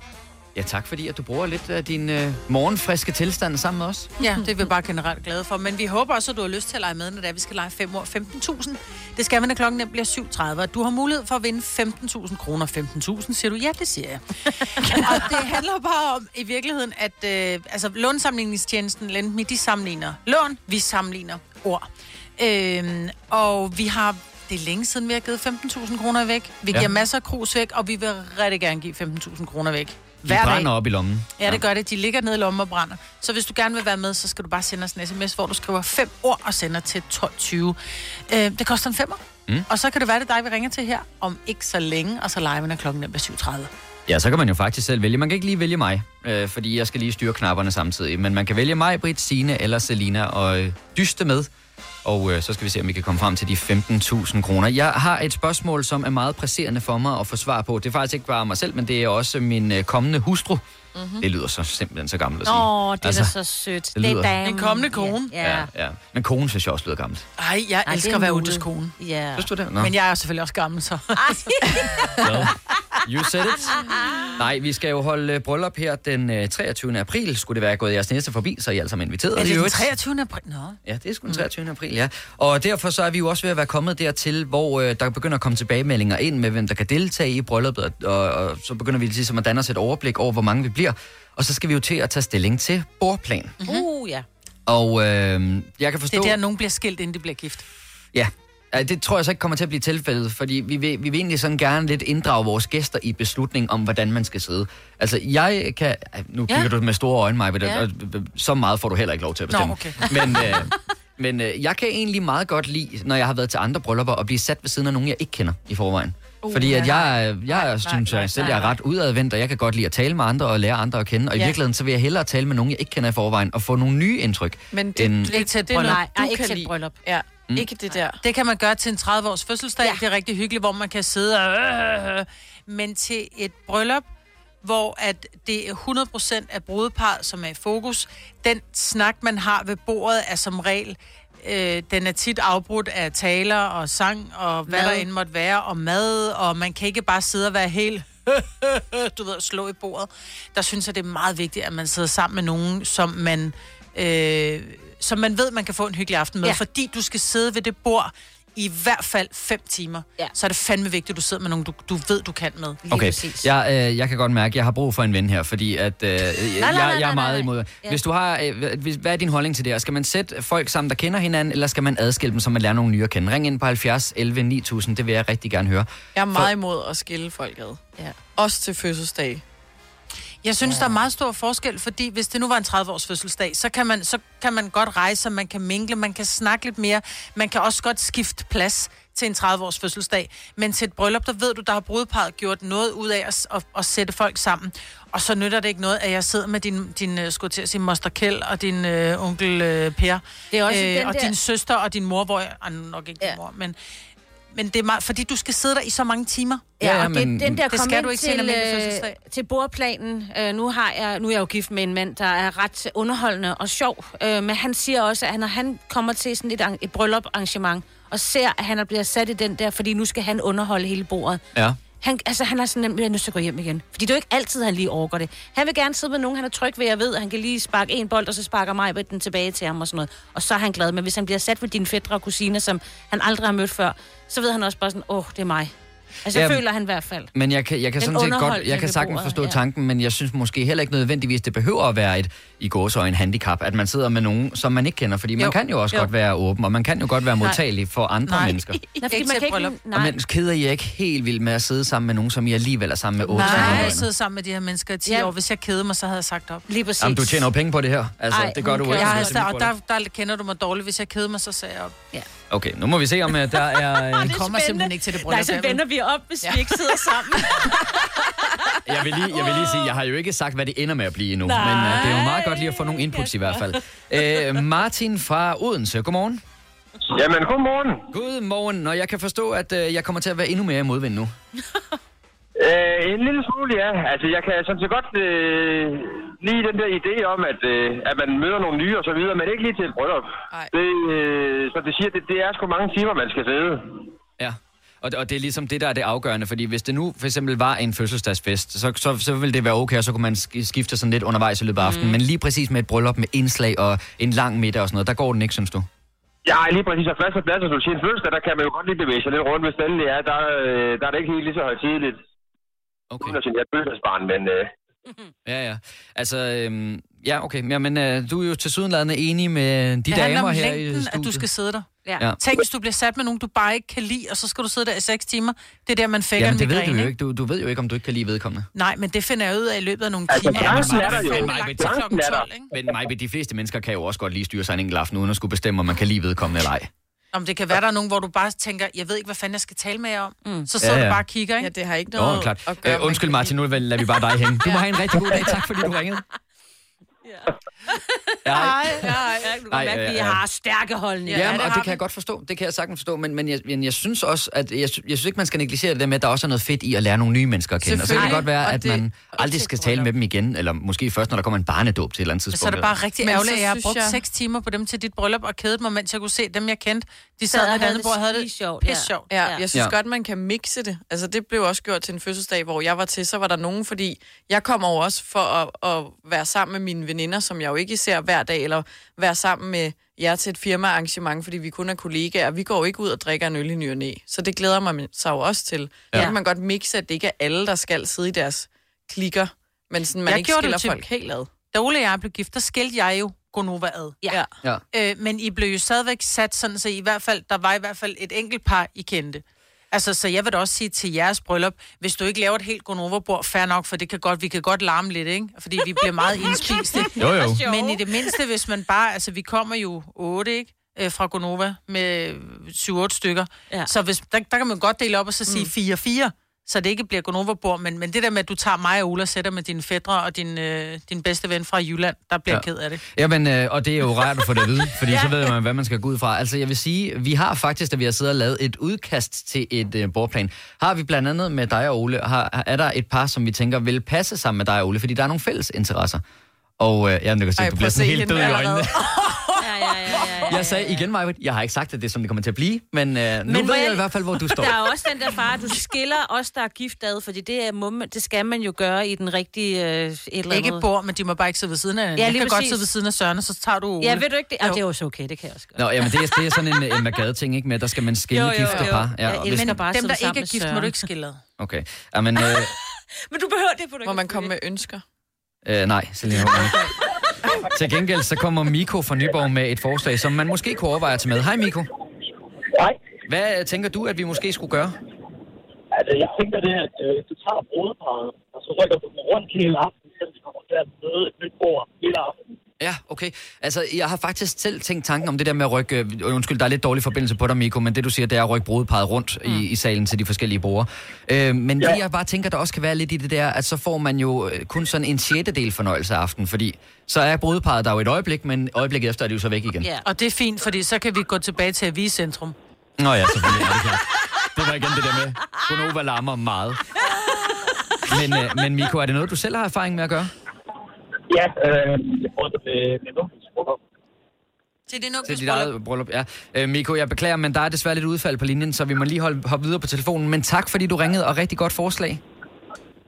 A: ja, tak fordi at du bruger lidt af din øh, morgenfriske tilstand sammen med os.
B: Ja, det er vi bare generelt glade for. Men vi håber også, at du har lyst til at lege med, når det er, vi skal lege 5 år 15.000. Det skal man, når klokken nemt bliver 7.30. og Du har mulighed for at vinde 15.000 kroner. 15.000, siger du? Ja, det siger jeg. og det handler bare om, i virkeligheden, at øh, altså, lånsamligningstjenesten Lendme, de sammenligner lån, vi sammenligner ord. Øhm, og vi har det er længe siden, vi har givet 15.000 kroner væk. Vi
A: Ja.
B: giver masser af krus væk, og vi vil rigtig gerne give 15.000 kroner væk.
A: Vi brænder op i lommen.
B: Ja, det gør det. De ligger nede i lommen og brænder. Så hvis du gerne vil være med, så skal du bare sende os en sms, hvor du skriver fem ord og sender til 1220. Øh, det koster en femmer.
A: Mm.
B: Mm. Og så kan det være, det er dig, vi ringer til her om ikke så længe, og så leger vi, når klokken er 7.30.
A: Ja, så kan man jo faktisk selv vælge. Man kan ikke lige vælge mig, øh, fordi jeg skal lige styre knapperne samtidig. Men man kan vælge mig, Britt, Signe eller Selina og øh, dyste med. Og øh, så skal vi se, om vi kan komme frem til de 15.000 kroner. Jeg har et spørgsmål, som er meget presserende for mig at få svar på. Det er faktisk ikke bare mig selv, men det er også min øh, kommende hustru.
B: Mhm.
A: Mm-hmm. Det lyder så simpelthen så gammelt at sige.
D: Åh, det er da så sødt.
A: det lyder-
B: En kommende kone.
D: Ja. ja.
A: Ja, men konen synes jeg også lyder gammelt.
B: Ej, jeg
D: Ej,
B: Ej,
D: det
B: elsker
D: er
B: at være
D: nuttet.
B: Utes kone.
D: Ja.
A: Synes du det? Nå.
B: Men jeg er jo selvfølgelig også gammel, så...
A: You said it. Nej, vi skal jo holde øh, bryllup her den øh, 23. april. Skulle det være gået jeres næste forbi, så er I alle sammen inviteret.
B: er
A: i
B: det den
A: øvrigt.
B: 23. april? Nå.
A: Ja, det er
D: Mm.
A: sgu den 23. april, ja. Og derfor så er vi jo også ved at være kommet dertil, hvor øh, der begynder at komme tilbagemeldinger ind med, hvem der kan deltage i brylluppet, og, og, og så begynder vi ligesom at danne os et overblik over, hvor mange vi bliver. Og så skal vi jo til at tage stilling til bordplan.
D: Mm-hmm. Uh, ja.
A: Og øh, jeg kan
B: Det
A: forstå...
B: er der, nogen bliver skilt, inden de bliver gift.
A: Ja. Ja, Det tror jeg så ikke kommer til at blive tilfældet, fordi vi vil, vi vil egentlig sådan gerne lidt inddrage vores gæster i beslutningen om, hvordan man skal sidde. Altså, jeg kan... Ej, Nu
G: Ja.
A: kigger ja. du med store øjne, Maja,
G: Ja.
A: ja. og øh, så meget får du heller ikke lov til at
G: Nå,
A: bestemme.
G: okay.
A: Men, øh, men øh, jeg kan egentlig meget godt lide, når jeg har været til andre bryllupper, at blive sat ved siden af nogen, jeg ikke kender i forvejen.
G: Uh,
A: Uh, fordi at
G: ja,
A: jeg, jeg, jeg synes jeg selv, jeg er ret udadvendt, og jeg kan godt lide at tale med andre og lære andre at kende. Og
E: Ja.
A: i virkeligheden, så vil jeg hellere tale med nogen, jeg ikke kender i forvejen, og få nogle nye indtryk.
E: Men det,
A: end-
E: det, det, det er
B: bryllup.
E: noget, du
B: Nej, ikke
E: kan
B: til et
E: lide.
D: bryllup.
E: Ja,
A: Mm.
E: ikke det der.
B: Det kan man gøre til en 30-års fødselsdag. Ja. Det er rigtig hyggeligt, hvor man kan sidde og... Øh, øh, øh. Men til et bryllup, hvor at det er 100% af brudeparret, som er i fokus. Den snak, man har ved bordet, er som regel... Øh, den er tit afbrudt af taler og sang og hvad
D: Mad.
B: mad. der end måtte være, og mad, og man kan ikke bare sidde og være helt... du ved, slå i bordet. Der synes jeg, det er meget vigtigt, at man sidder sammen med nogen, som man, øh, som man ved, man kan få en hyggelig aften med.
D: Ja.
B: Ja. Fordi du skal sidde ved det bord i hvert fald fem timer. Ja. Så er det fandme vigtigt, at du sidder med nogen, du, du ved, du kan med.
A: Okay, jeg, øh, jeg kan godt mærke, at jeg har brug for en ven her, fordi at, øh, jeg,
B: nej, nej,
A: jeg er
B: nej,
A: meget
B: nej.
A: imod.
B: Ja.
A: Hvis du har, øh, hvis- hvad er din holdning til det her? Skal man sætte folk sammen, der kender hinanden, eller skal man adskille dem, så man lærer nogle nye at kende? Ring ind på 70 11 9000, det vil jeg rigtig gerne høre.
E: Jeg er meget imod at skille folk ad.
D: Ja.
E: Også til fødselsdag.
B: Jeg synes, ja. der er meget stor forskel, fordi hvis det nu var en 30-års fødselsdag, så kan, man, så kan man godt rejse, og man kan mingle, man kan snakke lidt mere, man kan også godt skifte plads til en 30-års fødselsdag. Men til et bryllup, der ved du, der har brudeparret gjort noget ud af at, at, at sætte folk sammen. Og så nytter det ikke noget, at jeg sidder med din, din øh, skulle jeg til at sige, moster Kjeld og din øh, onkel øh, Per.
D: Det er også den
B: og
D: der-
B: din søster og din mor, hvor jeg... Ah, nok ikke ja. din mor, men... Men det er meget, fordi du skal sidde der i så mange timer.
D: Ja, ja, og det, men, den der
B: det
D: kom
B: skal
D: ind
B: du ikke til en
D: til,
B: almindelig
D: til, øh,
B: fødselsdag.
D: til bordplanen. Øh, nu, har jeg, nu er jeg jo gift med en mand, der er ret underholdende og sjov. Øh, men han siger også, at når han kommer til sådan et, arran- et bryllupsarrangement, og ser, at han er blevet sat i den der, fordi nu skal han underholde hele bordet.
A: Ja.
D: Han, altså, han er sådan, at jeg er nødt til at gå hjem igen. Fordi det er jo ikke altid, han lige overgår det. Han vil gerne sidde med nogen, han er tryg ved, jeg ved. Han kan lige sparke en bold, og så sparker mig med den tilbage til ham og sådan noget. Og så er han glad. Men hvis han bliver sat ved dine fætre og kusiner, som han aldrig har mødt før, så ved han også bare sådan, åh, oh, det er mig. Altså, jeg
A: Ja,
D: føler han i hvert fald.
A: Men jeg kan, jeg kan
D: Den
A: sådan set godt,
D: underholdt
A: jeg kan
D: ved
A: sagtens
D: bordet,
A: forstå
D: ja.
A: tanken, men jeg synes måske heller ikke nødvendigvis, det behøver at være et i gåsøjne handicap, at man sidder med nogen, som man ikke kender, fordi jo.
D: Jo.
A: man kan jo også
D: Jo.
A: jo. godt være åben, og man kan jo godt være
D: Nej.
A: modtagelig for andre
D: Nej.
A: mennesker.
D: Nej, fordi man kan ikke...
A: Og
D: Nej.
A: men keder I jer ikke helt vildt med at sidde sammen med nogen, som I alligevel er sammen med otte
B: Nej, jeg har
A: andre?
B: siddet sammen med de her mennesker i 10 ja. år. Hvis jeg kedede mig, så havde jeg sagt op.
D: Lige præcis.
A: Jamen, du tjener jo penge på det her. Altså,
B: Ej,
A: det gør du jo
B: jeg
A: ikke.
B: har
A: hvis det er
B: stadig-
A: mit
B: og
A: bryllup.
B: der, der kender du mig dårligt. Hvis jeg keder mig, så sagde jeg op.
D: Ja.
A: Okay, nu må vi se, om øh, der er... øh,
B: Det kommer simpelthen ikke til det bryllup.
D: Nej, så
B: der, vel?
D: vender vi op, hvis ja. vi ikke sidder sammen.
A: Jeg vil, lige, jeg vil lige sige, jeg har jo ikke sagt, hvad det ender med at blive endnu, Nej. men uh, det er jo meget godt lige at få nogle inputs i hvert fald. Uh, Martin fra Odense, godmorgen.
P: Jamen, godmorgen.
A: Godmorgen, og jeg kan forstå, at uh, jeg kommer til at være endnu mere i modvind nu.
P: Øh, en lille smule, ja. Altså, jeg kan sådan set godt øh, lide den der idé om, at, øh, at man møder nogle nye og så videre, men ikke lige til et bryllup. Det, øh, så det siger, det, det er sgu mange timer, man skal sidde.
A: Ja. Og, og det er ligesom det, der er det afgørende, fordi hvis det nu for eksempel var en fødselsdagsfest, så, så, så ville det være okay, og så kunne man sk- skifte sådan lidt undervejs i løbet af aftenen.
P: Mm.
A: Men lige præcis med et bryllup med indslag og en lang middag og sådan noget, der går den ikke, synes du?
P: Ja, lige præcis. Og fast og plads, og du siger en fødselsdag, der kan man jo godt lige bevæge sig lidt rundt, hvis det endelig er. Der, øh, der er det ikke helt lige så højtidligt.
A: Okay.
P: Uden at sige, jeg er et fødselsbarn, men... Øh,
A: Ja, ja. Altså, øhm, ja, okay. Ja, men øh, du er jo til sydenladende enig med de
B: det handler
A: damer
B: om
A: her i
B: længden,
A: studiet.
B: at du skal sidde der.
A: Ja. Ja.
B: Tænk, hvis du bliver sat med nogen, du bare ikke kan lide, og så skal du sidde der i 6 timer. Det er der, man fækker
A: Jamen,
B: en
A: det
B: migræne.
A: ved du jo ikke. Du, du ved jo ikke, om du ikke kan lide vedkommende.
B: Nej, men det finder jeg ud af i løbet af nogle
A: Altså,
B: timer.
A: chancen
B: Ja,
A: er der jo.
B: fandme
A: Nej,
B: langt
A: men
B: til klokken
A: chancen er der.
B: 12, ikke?
A: Men mig, de fleste mennesker kan jo også godt lige styre sig en enkelt aften, uden at skulle bestemme, om man kan lide vedkommende eller ej.
B: Nå, men det kan være, der er nogen, hvor du bare tænker, jeg ved ikke, hvad fanden jeg skal tale med jer om. Mm. Så sidder ja,
A: Ja,
B: ja.
A: ja.
B: du bare og kigger, ikke? Ja, det har ikke
A: Nå, klart. Gøre, øh, undskyld, Martin, nu lader vi bare dig hænge. Du må have en rigtig god dag. Tak, fordi du ringede. Ja.
D: Nej, nej. Du kan
A: Nej,
D: mærke,
A: ja,
D: at vi
A: ja.
D: har stærke holdninger.
A: Ja, ja og det kan jeg godt forstå. Det kan jeg sagtens forstå. Men, men, jeg, men jeg synes også, at jeg, sy- jeg synes ikke, man skal negligere det der med, at der også er noget fedt i at lære nogle nye mennesker at kende. Og så kan det
B: Selvfølgelig.
A: godt være,
B: Og
A: at
B: det-
A: man aldrig skal tale med dem igen, eller måske først, når der kommer en barnedåb til et eller andet tidspunkt.
B: Så er det bare rigtig
E: Men så
B: ærgerligt, at jeg har
E: synes
B: brugt
E: jeg-
B: 6 timer på dem til dit bryllup og kedet mig, mens jeg kunne se dem, jeg kendte. De
E: og
B: sad med et
E: havde
B: andet
E: det
B: bord og havde det
E: skisjovt,
B: pisse sjovt.
E: Ja. Ja. Jeg synes
B: Ja.
E: godt, man kan mixe det. Altså, det blev også gjort til en fødselsdag, hvor jeg var til. Så var der nogen, fordi jeg kom over også for at, at være sammen med mine veninder, som jeg jo ikke ser hver dag, eller være sammen med jer til et firmaarrangement, fordi vi kun er kollegaer. Vi går jo ikke ud og drikker en øl i ny og næ. Så det glæder man sig jo også til.
B: Ja.
E: Ja. Så kan man godt mixe, at det ikke er alle, der skal sidde i deres klikker, men sådan, man
B: Jeg
E: ikke
B: gjorde det
E: skiller
B: til-
E: folk helt ad.
B: Da Ole og jeg blev gift, der skilte jeg jo Gonova ad.
E: Ja.
A: Ja.
B: Øh, men I blev jo stadigvæk sat sådan, så I, i hvert fald, der var i hvert fald et enkelt par, I kendte. Altså, så jeg vil da også sige til jeres bryllup, hvis du ikke laver et helt Gonova-bord, fair nok, for det kan godt, vi kan godt larme lidt, ikke? Fordi vi bliver meget indspiste.
A: Jo, jo.
B: Men i det mindste, hvis man bare, altså vi kommer jo otte, ikke? Øh, fra Gonova med 7-8 stykker. Ja. Så hvis, der, der, kan man godt dele op og så
D: Mm.
B: sige 4-4, så det ikke bliver Gonova-bord, men, men det der med, at du tager mig og Ola og sætter med dine fædre og din, øh, din bedste ven fra Jylland, der bliver ja.
A: Ja.
B: ked af det.
A: Jamen, øh, og det er jo rart at få det at vide, fordi ja. så ved man, hvad man skal gå ud fra. Altså, jeg vil sige, vi har faktisk, da vi har siddet og lavet et udkast til et øh, bordplan, har vi blandt andet med dig og Ole, har, er der et par, som vi tænker vil passe sammen med dig og Ole, fordi der er nogle fælles interesser. Og øh, jeg kan se,
E: Ej,
A: Ej, du
E: prøv
A: bliver
E: at
A: sådan
E: se
A: helt
E: hende
A: død i
E: allerede.
A: øjnene.
D: Ja, ja, ja, ja, ja.
A: Jeg sagde igen, Maja, jeg har ikke sagt, at det er sådan, det kommer til at blive, men øh, nu
D: Men
A: men
D: må
A: ved jeg,
D: jeg-
A: i hvert fald, hvor du står.
D: Der er også den der far, du skiller os, der er gift ad, fordi det, er, må man, det skal man jo gøre i den rigtige øh, et eller
B: Ikke
D: andet.
B: bord, men de må bare ikke sidde ved siden af hinanden.
D: Ja,
B: Ja,
D: lige
B: jeg kan godt
D: præcis.
B: sidde ved siden af Søren, og så tager du Ole.
D: Ja, ved du ikke det? Ja, det er også okay, det kan jeg også
A: Nå, jamen, det er, det er sådan en, en magade-ting, ikke? Med, at der skal man skille
D: Jo,
A: jo,
D: jo,
A: jo, gifte
D: jo.
A: par.
D: Jeg
A: og
D: elsker bare at
B: Dem,
D: sidde
B: der
D: sammen
B: ikke er
D: med
B: gift, må
D: Søren.
B: du ikke skille ad.
A: Okay. Jamen, øh,
D: Men du behøver det, for du
E: Må man komme med ønsker?
A: Øh, nej, Selina Horn ikke. Til gengæld så kommer Miko fra Nyborg med et forslag, som man måske kunne overveje at tage med. Hej Miko.
S: Hej.
A: Hvad øh, tænker du, at vi måske skulle gøre?
S: Altså, jeg tænker det, at øh, du tager brudeparret, og så rykker du dem rundt hele aften, så de kommer til at møde et nyt bord hele aften.
A: Ja, okay. Altså, jeg har faktisk selv tænkt tanken om det der med at rykke... øh, Undskyld, der er lidt dårlig forbindelse på dig, Miko, men det du siger, det er at rykke brudeparet rundt mm. i, i salen til de forskellige borgere. Øh, men ja. det, jeg bare tænker, der også kan være lidt i det der, at så får man jo øh, kun sådan en sjettedel fornøjelse af aftenen, fordi så er brudeparet der jo et øjeblik, men øjeblikket efter er de jo så væk igen.
B: Ja. Og det er fint, fordi så kan vi gå tilbage til aviscentrum.
A: Nå ja, selvfølgelig. Ja, det, er klart. det var igen det der med, Gonova larmer meget. Men, øh, men Miko, er det noget, du selv har erfaring med at gøre?
S: Ja, øh, jeg bruger det med, med nummer.
B: Til din
A: Til dit eget bryllup, ja. Øh, Miko, jeg beklager, men der er desværre lidt udfald på linjen, så vi må lige holde, hoppe videre på telefonen. Men tak, fordi du ringede, og rigtig godt forslag.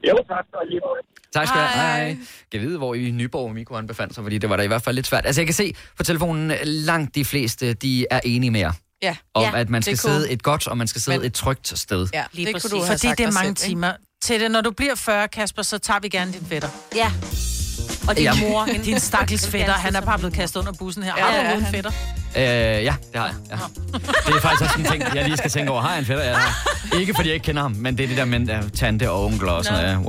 S: Jo, tak for lige måde.
A: Tak skal du have. Hej. Kan vide, hvor i Nyborg Miko han befandt sig, fordi det var da i hvert fald lidt svært. Altså, jeg kan se på telefonen, langt de fleste, de er enige med jer.
E: Ja.
A: Om
E: ja,
A: at man
E: det
A: skal
E: kunne-
A: sidde et godt, og man skal sidde et trygt sted.
E: Ja,
B: Lige
E: det
B: præcis.
E: kunne du have
B: Fordi
E: sagt
B: det er
E: dig
B: mange
E: selv, ikke?
B: timer til det. Når du bliver 40, Kasper, så tager vi gerne dit fætter.
D: Ja.
B: Og din
A: Ja.
B: mor, din stakkels fætter, han er bare blevet kastet under bussen her. Ja, har du
E: Ja,
B: overhovedet en
E: han-
B: fætter?
A: Øh, ja, det har jeg. Ja. Det er faktisk også en ting, jeg lige skal tænke over. Har jeg en fætter? Ja, det har jeg. Ikke fordi jeg ikke kender ham, men det er det der med uh, tante og onkler og sådan noget, uh,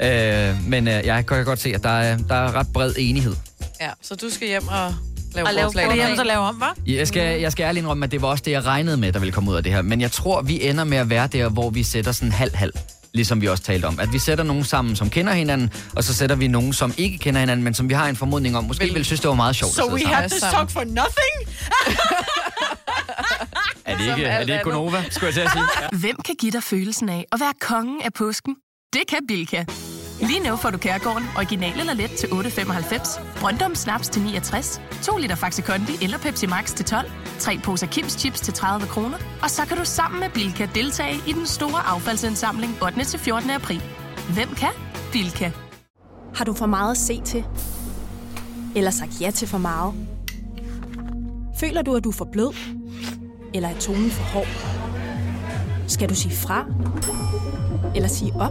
A: whatever. Uh, men uh, jeg kan godt- godt se, at der er, der er ret bred enighed.
E: Ja, så du skal hjem og lave
B: Og lave
E: forslag.
B: forslag. Hjem og lave om, hva'?
A: Jeg skal, jeg skal ærligt indrømme, at det var også det, jeg regnede med, der ville komme ud af det her. Men jeg tror, vi ender med at være der, hvor vi sætter sådan halv-halv, ligesom vi også talte om. At vi sætter nogen sammen, som kender hinanden, og så sætter vi nogen, som ikke kender hinanden, men som vi har en formodning om, måske vil, vil synes, det var meget sjovt at sidde sammen.
B: for nothing?
A: Er det ikke, er det ikke Gunova, skulle jeg til at sige? Ja.
T: Hvem kan give dig følelsen af at være kongen af påsken? Det kan Bilka! Lige nu får du Kærgården original eller let til 8.95, Brøndum Snaps til 69, 2 liter Faxi Kondi eller Pepsi Max til 12, 3 poser Kims Chips til 30 kroner, og så kan du sammen med Bilka deltage i den store affaldsindsamling 8. til 14. april. Hvem kan? Bilka.
U: Har du for meget at se til? Eller sagt ja til for meget? Føler du, at du er for blød? Eller er tonen for hård? Skal du sige fra? Eller sige op?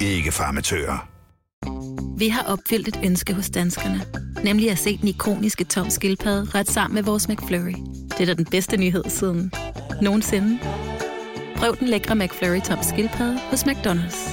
V: Ikke farmatører.
W: Vi har opfyldt et ønske hos danskerne. Nemlig at se den ikoniske tom skildpadde ret sammen med vores McFlurry. Det er da den bedste nyhed siden nogensinde. Prøv den lækre McFlurry tom skildpadde hos McDonald's.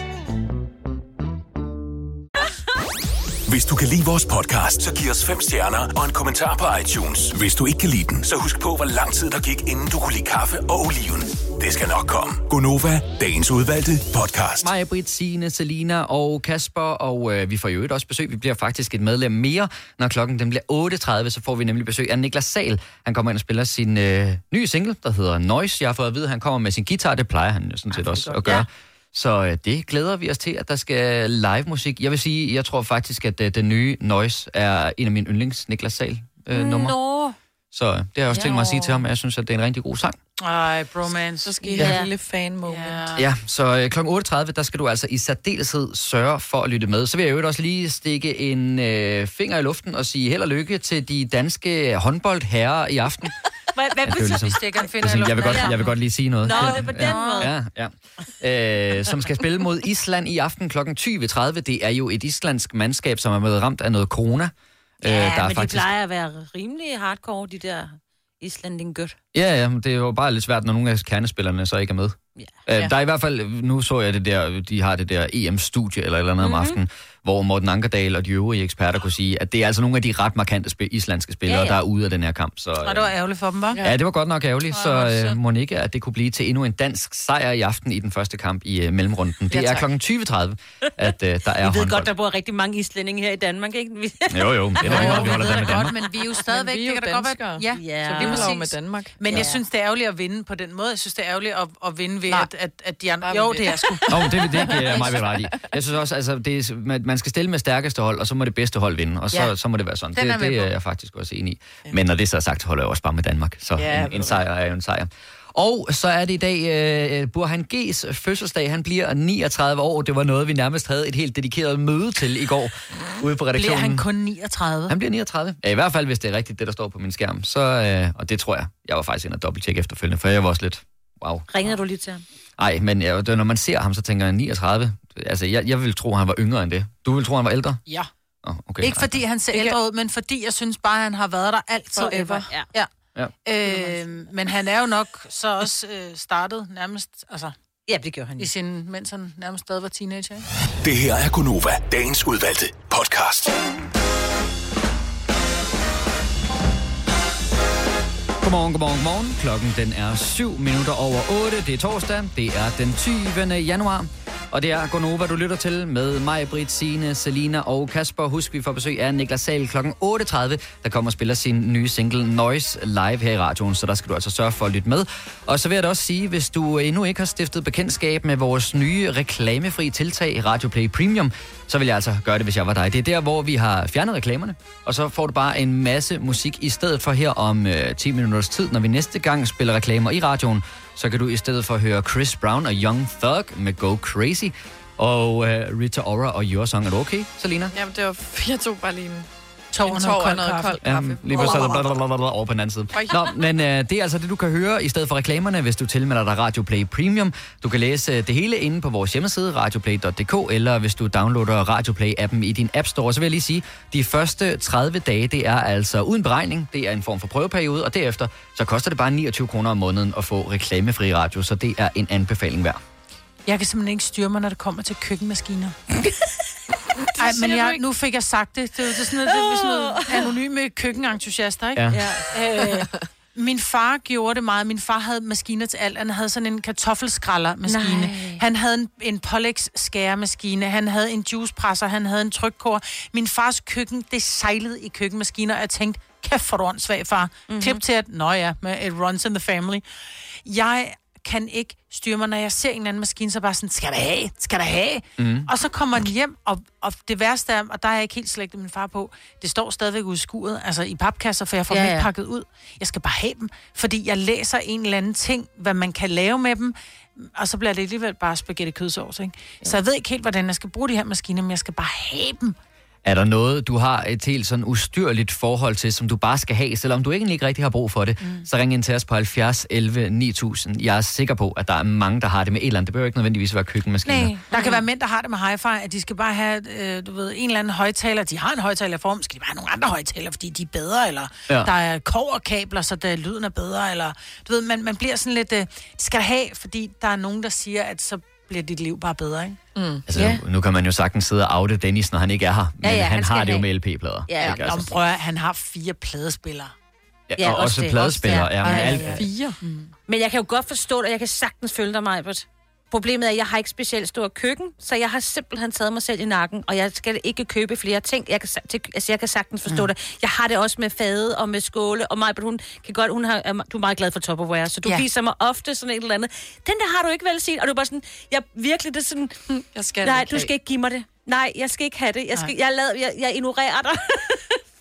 K: Hvis du kan lide vores podcast, så giv os fem stjerner og en kommentar på iTunes. Hvis du ikke kan lide den, så husk på, hvor lang tid der gik, inden du kunne lide kaffe og oliven. Det skal nok komme.
G: Gonova, dagens udvalgte podcast.
A: Maja, Britt, Signe, Selina og Kasper, og øh, vi får jo øvrigt også besøg. Vi bliver faktisk et medlem mere, når klokken den bliver 8.30, så får vi nemlig besøg af Niklas Sal. Han kommer ind og spiller sin øh, nye single, der hedder Noise. Jeg har fået at vide, at han kommer med sin guitar, det plejer han jo sådan set også at gøre. Så øh, det glæder vi os til, at der skal live musik. Jeg vil sige, jeg tror faktisk, at øh, den nye Noise er en af mine yndlings Niklas Sal øh, numre.
B: Mm, Nå.
A: Så øh, det har jeg også tænkt mig at sige til ham, at jeg synes, at det er en rigtig god sang.
B: Ej, bromance. Så
E: skal I have et lille fan-moment.
A: Ja, så øh, kl. 8.30, der skal du altså i særdeleshed sørge for at lytte med. Så vil jeg jo også lige stikke en øh, finger i luften og sige held og lykke til de danske håndboldherrer i aften.
B: Hvad, hvad
A: det er jo
B: betyder
A: ligesom-
B: det, stikker en
A: Det
B: finder
A: er
B: i
A: sådan, jeg,
B: luften?
A: vil godt,
B: Ja.
A: jeg vil godt lige sige noget.
B: Nå,
A: Ja.
B: det er på den
A: ja.
B: måde.
A: Ja, ja. Øh, som skal spille mod Island i aften kl. 20.30. Det er jo et islandsk mandskab, som er blevet ramt af noget corona. Øh,
D: Ja, men faktisk... de plejer at være rimelig hardcore, de der Islanding Good.
A: Ja, ja, men det er jo bare lidt svært, når nogle af kernespillerne så ikke er med. Ja. Øh, der er i hvert fald, nu så jeg det der, de har det der EM-studie eller et eller andet mm-hmm. om aftenen, hvor Morten Ankerdal og de øvrige eksperter kunne sige, at det er altså nogle af de ret markante sp- islandske spillere,
B: Ja,
A: ja,
B: ja.
A: ja. der er ude af den her kamp. Så, øh,
B: Og det var ærgerligt for dem, var?
A: Ja, det var godt nok ærgerligt, så øh, Monika, at det kunne blive til endnu en dansk sejr i aften i den første kamp i øh, mellemrunden. Det
D: Ja,
A: er
D: tak.
A: kl. 20.30, at øh, der er
D: Vi ved
A: håndbold.
D: godt, der bor rigtig mange islændinge her i Danmark, ikke? Vi...
A: Jo, jo, det er da ikke noget, vi holder der med
B: Godt,
A: Danmark.
B: men vi er jo stadigvæk,
E: Men vi er
B: det
E: jo
B: kan da godt være...
E: danskere,
B: Ja,
E: ja. så vi holder jo med Danmark.
B: Men
E: Ja.
B: jeg synes, det er ærgerligt at vinde på den måde. Jeg synes, det er ærgerligt at, at vinde ved, at, at, at de andre...
E: Bare
B: Jo,
E: vi
B: det er
E: vinder.
B: sgu.
A: Nå, men det, det giver jeg mig ved ret i. Jeg synes også, altså, det er, man, man skal stille med stærkeste hold, og så må det bedste hold vinde, og så,
B: Ja.
A: ja. så må det være sådan.
B: Den er
A: Det,
B: jeg med
A: det er
B: på.
A: jeg faktisk også enig i. Men når det så er sagt, holder jeg også bare med Danmark, så
B: Ja,
A: ja, en, en sejr er jo en sejr. Og så er det i dag øh, Burhan G's fødselsdag. Han bliver 39 år. Det var noget, vi nærmest havde et helt dedikeret møde til i går ude på
B: Bliver
A: redaktionen.
B: han kun 39?
A: Han bliver 39. Ja, i hvert fald, hvis det er rigtigt, det der står på min skærm. Så, øh, og det tror jeg. Jeg var faktisk inde og dobbelttjekke efterfølgende, for jeg var også lidt, wow,
D: Ringer du lige til ham?
A: Nej, men ja, det- når man ser ham, så tænker jeg 39. Altså, jeg, jeg vil tro, han var yngre end det. Du vil tro, han var ældre?
B: Ja.
A: Oh, okay.
B: Ikke fordi han ser ældre ud, men fordi jeg synes bare, han har været der altid.
E: Forever.
B: ever. Ja.
A: Ja.
B: Øh, men han er jo nok så også øh, startet nærmest, altså...
D: Ja, det gjorde han
B: I sin, mens han nærmest stadig var teenager, ikke?
K: Det her er Gonova, dagens udvalgte podcast.
A: Godmorgen, godmorgen, godmorgen. Klokken den er 7 minutter over 8. Det er torsdag. Det er den 20. januar. Og det er Gonova, du lytter til med mig, Britt, Signe, Selina og Kasper. Husk, vi får besøg af Niklas Sal kl. 8.30, der kommer og spiller sin nye single Noise live her i radioen, så der skal du altså sørge for at lytte med. Og så vil jeg da også sige, hvis du endnu ikke har stiftet bekendtskab med vores nye reklamefri tiltag, Radio Play Premium, så vil jeg altså gøre det, hvis jeg var dig. Det er der, hvor vi har fjernet reklamerne, og så får du bare en masse musik i stedet for her om øh, 10 minutters tid, når vi næste gang spiller reklamer i radioen, så kan du i stedet for høre Chris Brown og Young Thug med Go Crazy, og øh, Rita Ora og Your Song. Er du okay, Selina?
E: Jamen, det var, jeg tog bare lige en
B: tog
E: en
B: og noget
E: tår og
B: kold
E: noget
B: kaffe.
E: koldt
A: Ja,
E: kaffe.
A: lige på blablabla over på den anden side.
E: Oj.
A: Nå, men øh, det er altså det, du kan høre i stedet for reklamerne, hvis du tilmelder dig Radio Play Premium. Du kan læse øh, det hele inde på vores hjemmeside, radioplay.dk, eller hvis du downloader Radio Play-appen i din App Store. Så vil jeg lige sige, de første 30 dage, det er altså uden beregning. Det er en form for prøveperiode, og derefter så koster det bare 29 kroner om måneden at få reklamefri radio, så det er en anbefaling værd.
B: Jeg kan simpelthen ikke styre mig, når det kommer til køkkenmaskiner. Nej, men jeg, nu fik jeg sagt det. Det er jo det er sådan noget, det er sådan noget anonyme køkkenentusiaster, ikke?
J: Ja.
B: Øh, min far gjorde det meget. Min far havde maskiner til alt. Han havde sådan en kartoffelskrallermaskine.
J: Nej.
B: Han havde en, en Pollex skæremaskine. Han havde en juicepresser. Han havde en trykkår. Min fars køkken, det sejlede i køkkenmaskiner. Og jeg tænkte, kæft for du åndssvag, far. Mm-hmm. Klip til, at nå ja, med et runs in the family. Jeg kan ikke styre mig, når jeg ser en eller anden maskine, så bare sådan, skal der have, skal der have?
X: Mhm.
J: Mm.
B: Og så kommer den hjem, og, og det værste er, og der er jeg ikke helt slægtet min far på, det står stadigvæk ude i skuret, altså i papkasser, for jeg får
D: Ja,
B: ja, dem
D: ja.
B: ikke pakket ud. Jeg skal bare have dem, fordi jeg læser en eller anden ting, hvad man kan lave med dem, og så bliver det alligevel bare spaghetti kødsovs, ikke? Så jeg ved ikke helt, hvordan jeg skal bruge de her maskiner, men jeg skal bare have dem.
A: Er der noget, du har et helt sådan ustyrligt forhold til, som du bare skal have, selvom du egentlig ikke rigtig har brug for det, mm. så ring ind til os på 70 11 9000. Jeg er sikker på, at der er mange, der har det med et eller andet. Det behøver ikke nødvendigvis være køkkenmaskiner.
B: Nej. Der kan være mænd, der har det med hi-fi, at de skal bare have, øh, du ved, en eller anden højtaler. De har en højtalerform, skal de bare have nogle andre højtaler, fordi de er bedre, eller
J: Ja.
B: ja. der er koverkabler, så der, lyden er bedre, eller du ved, man, man bliver sådan lidt, øh, det skal der have, fordi der er nogen, der siger, at så bliver dit liv bare bedre, ikke?
E: Mm.
A: Altså, ja. nu, nu kan man jo sagtens sidde og oute Dennis, når han ikke er her, men ja, ja, han,
B: han
A: han har
B: skal
A: det jo
B: have.
A: med LP-plader.
B: Ja,
A: Ikke?
B: ja. Nå, men prøv at, høre, han har fire pladespillere.
A: altså Ja, og også pladespillere, ja, men alt-
B: Fire?
D: Men jeg kan jo godt forstå det, og jeg kan sagtens følge dig, Majbert. Problemet er, at jeg har ikke specielt stor køkken, så jeg har simpelthen taget mig selv i nakken, og jeg skal ikke købe flere ting. Jeg kan, sa- til, altså, jeg kan sagtens forstå mm. det. Jeg har det også med fade og med skåle, og Majbert, hun kan godt, hun har, er me- du er meget glad for Tupperware, så du ja.
E: Ja.
D: viser mig ofte sådan et eller andet. Den der har du ikke vel set, og du er bare sådan, jeg virkelig, det er sådan,
E: jeg skal
D: nej,
E: ikke
D: du
E: have."
D: skal ikke give mig det. Nej, jeg skal ikke have det. Jeg, skal,
B: Nej.
D: jeg, lad, jeg, jeg ignorerer dig.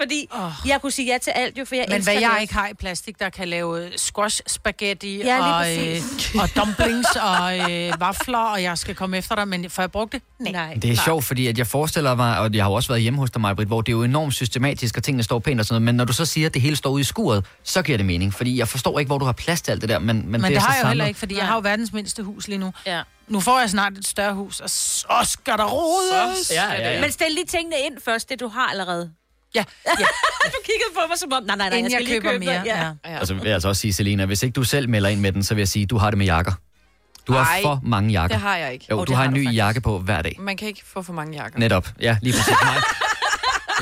D: Fordi oh. jeg kunne sige ja til alt jo, for jeg
B: Men
D: elsker
B: hvad
D: det
B: jeg
D: også.
B: ikke har i plastik, der kan lave øh, squash spaghetti
D: Ja, lige
B: og, øh,
D: præcis.
B: og dumplings og øh, vafler, og jeg skal komme efter dig, men får jeg brugt det? Nej. Nej.
A: Det er sjovt, fordi at jeg forestiller mig, og jeg har jo også været hjemme hos dig, Maja, hvor det er jo enormt systematisk, og tingene står pænt og sådan noget, men når du så siger, at det hele står ude i skuret, så giver det mening, fordi jeg forstår ikke, hvor du har plads til alt det der, men, men,
B: Men, men
A: det,
B: det,
A: er så
B: har jeg jo
A: samlet.
B: heller ikke, fordi jeg har jo verdens mindste hus lige nu. Ja. Nu får jeg snart et større hus, og så skal der rodes.
D: Så skal Ja, ja, ja. Men stil lige tingene ind først, det du har allerede.
B: Ja.
D: ja. du kiggede på mig som om, nej, nej, nej,
B: Inden
D: jeg
B: jeg
D: skal lige
B: køber
D: købe
B: mere,
D: noget. Ja. Ja.
A: Altså, vil jeg altså også sige, Selena, hvis ikke du selv melder ind med den, så vil jeg sige, du har det med jakker. Du har
E: Ej,
A: for mange jakker.
E: det har jeg ikke.
A: Jo,
E: Jo,
A: du
E: det
A: har
E: har
A: en
E: du
A: ny
E: faktisk.
A: jakke på hver dag.
E: Man kan ikke få for mange jakker.
A: Netop. Ja, lige præcis. My,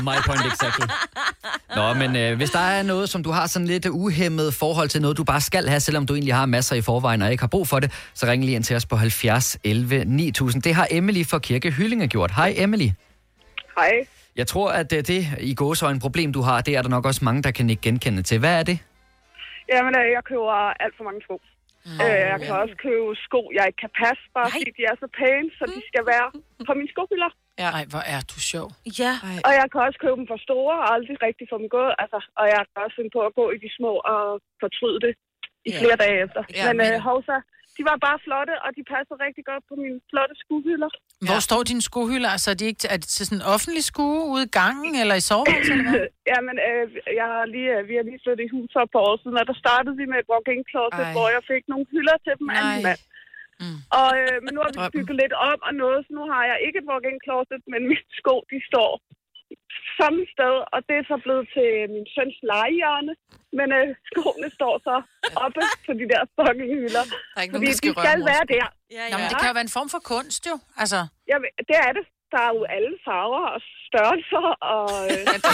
A: my point exactly. Nå, men øh, hvis der er noget, som du har sådan lidt uhemmet forhold til, noget du bare skal have, selvom du egentlig har masser i forvejen og ikke har brug for det, så ring lige ind til os på 70 11 9000. Det har Emily fra Kirke Hyllinge gjort. Hej Emily.
C: Hej.
A: Jeg tror, at øh, det i gåsøjne problem, du har, det er der nok også mange, der kan ikke genkende til. Hvad er det?
C: Jamen, øh, jeg køber alt for mange sko. Øh, jeg kan også købe sko, jeg ikke kan passe, bare fordi de er så pæne, så de skal være på mine skohylder.
B: Ja. Ej, hvor er du sjov.
D: Ja.
C: Og jeg kan også købe dem for store, og aldrig rigtig få dem gået. Altså, og jeg kan også finde på at gå i de små og fortryde det i
J: Ja.
C: flere dage efter.
J: Ja,
C: men øh,
J: men-
C: hovsa, de var bare flotte, og de passede rigtig godt på mine flotte skuhylder.
B: Hvor ja. står dine skohylder? Altså, er de ikke er det til sådan en offentlig skue ude i gangen, eller i soveværelset, eller hvad?
C: Jamen, øh, jeg har lige, øh, vi har lige flyttet i hus for et par år siden, og der startede vi med et walk-in closet,
J: Ej.
C: hvor jeg fik nogle hylder til dem af min mand.
B: Mm.
C: Og, øh, men nu har vi
J: Drømmen.
C: bygget lidt op og noget, så nu har jeg ikke et walk-in closet, men mine sko, de står samme sted, og det er så blevet til øh, min søns legehjørne. Men øh, skoene står så oppe på de der fucking hylder.
B: Der er ikke
C: fordi
B: nogen, der skal
C: de skal
B: røre mors
C: være
B: sko.
C: der.
B: Nå, men det kan jo være en form for kunst, jo. Altså,
C: Jamen, det er det. Der er jo alle farver og størrelser og... Øh,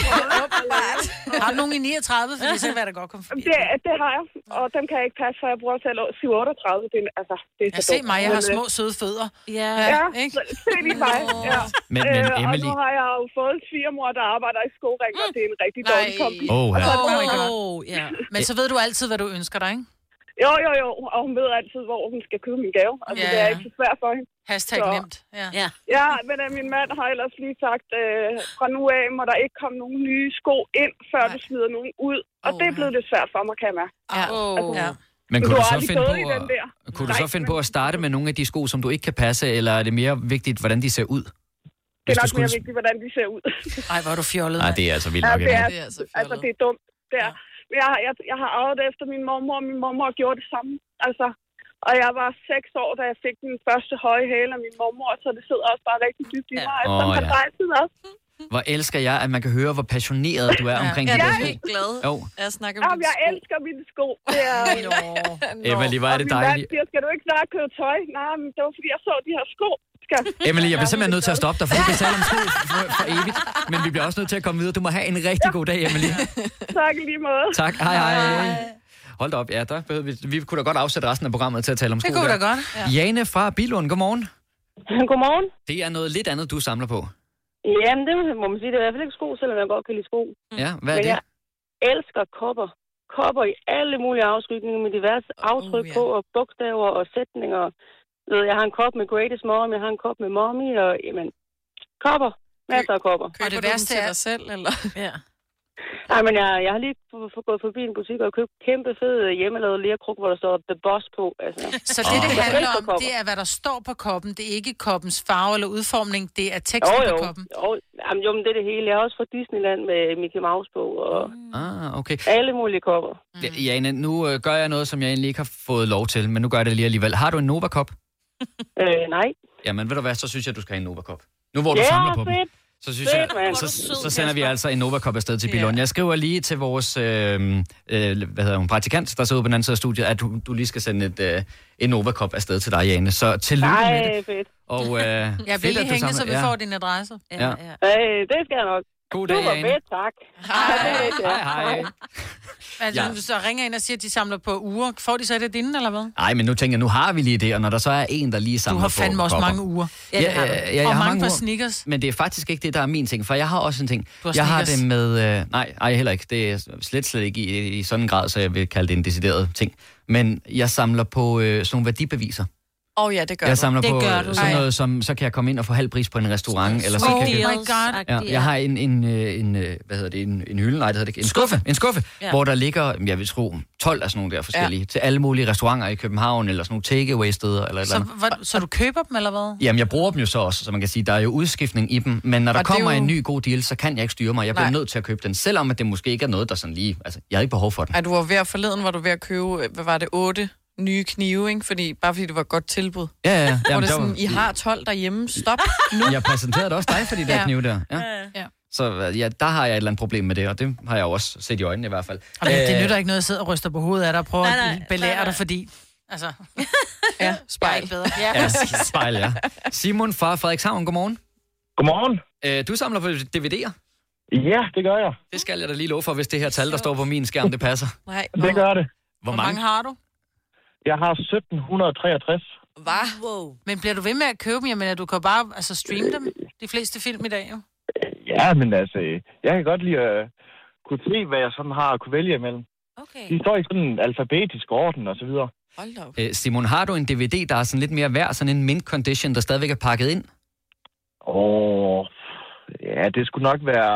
B: Har du nogen i 39, fordi så vil jeg da godt komme forbi.
C: det, det har jeg, og dem kan jeg ikke passe, for jeg bruger selv 738. Det, er- altså, det er så
B: Jeg se
C: dumt.
B: mig, jeg har
C: Men, øh,
B: små søde fødder.
D: Ja,
C: Ja, så se lige mig. Ja.
A: Men- men
C: Øh, Og
A: Emily-
C: nu har jeg jo fået en svigermor, der arbejder i skoring, og det er en rigtig dårlig kombi.
A: Oh, ja.
C: Og så-
B: Mm. Oh, ja. Men så ved du altid, hvad du ønsker dig, ikke?
C: Jo, jo, jo, og hun ved altid, hvor hun skal købe min gave. Altså,
B: Ja.
C: ja. det er ikke så svært for hende.
B: Hashtag nemt. Ja.
D: ja.
C: Ja, men øh, min mand har ellers lige sagt, øh, fra nu af må der ikke komme nogen nye sko ind, før Nej. du smider nogen ud. Og oh, det er blevet lidt svært for mig, kan jeg mærke.
B: Ja.
C: Altså, ja.
A: Men kunne du,
C: har
A: så
C: aldrig
A: finde
C: gået i
A: på
C: den der.
A: at, kunne du så finde på at starte med nogle af de sko, som du ikke kan passe, eller er det mere vigtigt, hvordan de ser ud?
C: Det er
A: du
C: nok mere vigtigt, hvordan de ser ud.
B: Ej, hvor er du fjollet.
A: Nej, det er altså vildt
C: Ja,
A: nok.
C: det er,
A: Emily.
C: altså, altså, det er dumt. Det er. Men jeg, jeg, jeg har arvet det efter min mormor, og min mormor gjorde det samme. Altså, og jeg var seks år, da jeg fik den første høje hæle af min mormor, så det sidder også bare rigtig dybt i mig.
A: Åh,
C: Oh,
A: ja.
C: ja. Rejsen også.
A: Hvor elsker jeg, at man kan høre, hvor passioneret du er omkring
C: Ja,
A: de der
C: jeg
A: sko.
C: er helt glad.
A: Jo.
E: Jeg snakker
C: om Jamen, jeg elsker mine sko. Det er...
A: Emily, hvor er
C: Og
A: det
C: min mand
A: dejligt.
C: Siger, skal du ikke snart købe tøj? Nej, men det var fordi, jeg så de her sko. Skal...
A: Emily, jeg bliver simpelthen nødt til at stoppe dig, for vi kan tale om sko for, for evigt. Men vi bliver også nødt til at komme videre. Du må have en rigtig god dag, Emily.
C: Tak i lige måde.
A: Tak. Hej, hej. Hold da op. Ja, der behøvede vi, vi kunne da godt afsætte resten af programmet til at tale om sko.
B: Det kunne
A: der.
B: da godt.
A: Ja. Jane fra Bilund, godmorgen.
H: Godmorgen.
A: Det er noget lidt andet, du samler på.
B: Mm.
H: Jamen, det må man sige. Det er i hvert fald ikke sko, selvom jeg godt kan lide sko.
A: Ja, hvad er
H: Men
A: det?
H: jeg elsker kopper. Kopper i alle mulige afskygninger med diverse aftryk på, og bogstaver og sætninger. Du ved, Jeg har en kop med Greatest Mom, jeg har en kop med Mommy, og jamen, kopper. Masser af kopper.
E: Køber det værste til dig selv, eller?
B: Ja.
H: Nej, men jeg, jeg har lige f- f- gået forbi en butik og købt kæmpe fed hjemmelavet lærkruk, hvor der står The Boss på. Altså.
B: Så det, det
H: Jeg
B: handler
H: elsker
B: om,
H: kopper.
B: det er, hvad der står på koppen. Det er ikke koppens farve eller udformning. Det er teksten
H: jo, jo.
B: på koppen.
H: Jo, jamen, jo, men det er det hele. Jeg er også fra Disneyland med Mickey Mouse på, og
A: Ah, okay.
H: alle mulige kopper.
A: Mm. Jane, nu øh, gør jeg noget, som jeg egentlig ikke har fået lov til, men nu gør jeg det lige alligevel. Har du en Nova-kop?
H: Øh, nej.
A: Jamen, ved du hvad, så synes jeg, du skal have en Nova-kop. Nu hvor du
H: Ja,
A: samler på dem.
H: fedt.
A: Så, synes
H: Fedt,
A: jeg,
H: mand.
A: så,
H: Hvor er du sød,
A: så sender vi altså en Nova-kop afsted til Bilund. Jeg skriver lige til vores øh, øh, hvad hedder hun, praktikant, der sidder ude på den anden side af studiet, at du, du lige skal sende et, øh, en Nova-kop afsted til dig, Jane. Så tillykke med det.
H: Nej, fedt.
A: Og, øh,
B: Jeg bliver
A: fedt,
B: lige
A: at du
B: hængende, så
A: samler-
B: vi får din adresse.
H: Øh,
A: Ja.
H: det skal jeg nok.
A: God dag,
H: Super
A: Jane.
H: fedt, tak.
B: Hej.
A: Hej, hej.
B: Altså,
A: Ja.
B: ja. så ringer ind og siger, at de samler på uger. Får de så det dine, eller hvad?
A: Ej, men nu tænker jeg, nu har vi lige det, og når der så er en, der lige samler
B: Du har fandme
A: på,
B: også
A: kopper.
B: mange uger.
A: Ja, ja, ja, jeg
B: og
A: har
B: mange
A: mange
B: på
A: uger.
B: sneakers.
A: Men det er faktisk ikke det, der er min ting, for jeg har også en ting.
B: Du har
A: jeg har
B: sneakers.
A: det med... Øh, nej, nej, heller ikke. Det er slet, slet ikke i, i sådan en grad, så jeg vil kalde det en decideret ting. Men jeg samler på øh, sådan nogle værdibeviser.
E: Åh oh, ja, det gør
A: jeg
E: du.
A: samler
E: det
A: på
E: gør
A: øh,
E: du.
A: sådan
E: Ej.
A: noget som, så kan jeg komme ind og få halv pris på en restaurant. Eller så
B: Sweet
A: kan jeg,
B: deals. Oh my God.
A: Ja, jeg har en, en, øh, en, øh, hvad hedder det, en, en hylde, nej, det hedder det ikke, en skuffe, en skuffe
B: Ja.
A: ja. hvor der ligger, jeg vil tro, 12 af sådan nogle der forskellige, ja. til alle mulige restauranter i København, eller sådan nogle takeaway-steder, eller et eller
B: Så,
A: andet.
B: hvor, så du køber dem, eller hvad?
A: Jamen, jeg bruger dem jo så også, så man kan sige, der er jo udskiftning i dem, men når der
B: Og det er
A: kommer
B: jo-
A: jo... en ny god deal, så kan jeg ikke styre mig. Jeg bliver
E: Nej.
A: nødt til at købe den, selvom at det måske ikke er noget, der sådan lige... Altså, jeg har ikke behov for den.
E: Ej, du var ved at forleden, var du ved at købe, øh, hvad var det, otte nye knive, ikke? Fordi, bare fordi det var et godt tilbud.
A: Ja, ja, ja.
E: Hvor
A: Jamen,
E: det er
A: der var-
E: sådan, I har 12 derhjemme, stop nu.
A: Jeg præsenterede da også dig for de der
E: Ja.
A: knive der. Ja.
E: Ja.
A: Så øh, ja, der har jeg et eller andet problem med det, og det har jeg jo også set i øjnene i hvert fald.
B: Og det, det
A: Øh,
B: nytter ikke noget, at sidde og ryster på hovedet af dig og prøve
D: Nej, nej,
B: at
D: nej, nej.
B: belære dig, fordi... Altså,
E: ja, spejl.
B: ikke bedre. Ja,
A: Ja,
B: præcis.
A: spejl, ja. Simon fra Frederikshavn, godmorgen.
Y: Godmorgen.
A: Øh, du samler på DVD'er?
Y: Ja, det gør jeg.
A: Det skal jeg da lige love for, hvis det her tal, der står på min skærm, det passer.
E: Nej.
Y: Det gør det.
A: Hvor mange?
B: har du?
Y: Jeg har 1763.
E: Hvad?
B: Wow. Men bliver du ved med at købe dem? Jamen, du kan bare altså, streame dem, de fleste film i dag, jo.
Y: Ja, men altså, øh, jeg kan godt lide at øh, kunne se, hvad jeg sådan har at kunne vælge imellem.
D: Okay.
Y: De står i sådan en alfabetisk orden og så videre.
E: Hold da op.
A: Øh, Simon, har du en DVD, der er sådan lidt mere værd, sådan en mint condition, der stadigvæk er pakket ind?
Y: Åh, ja, det skulle nok være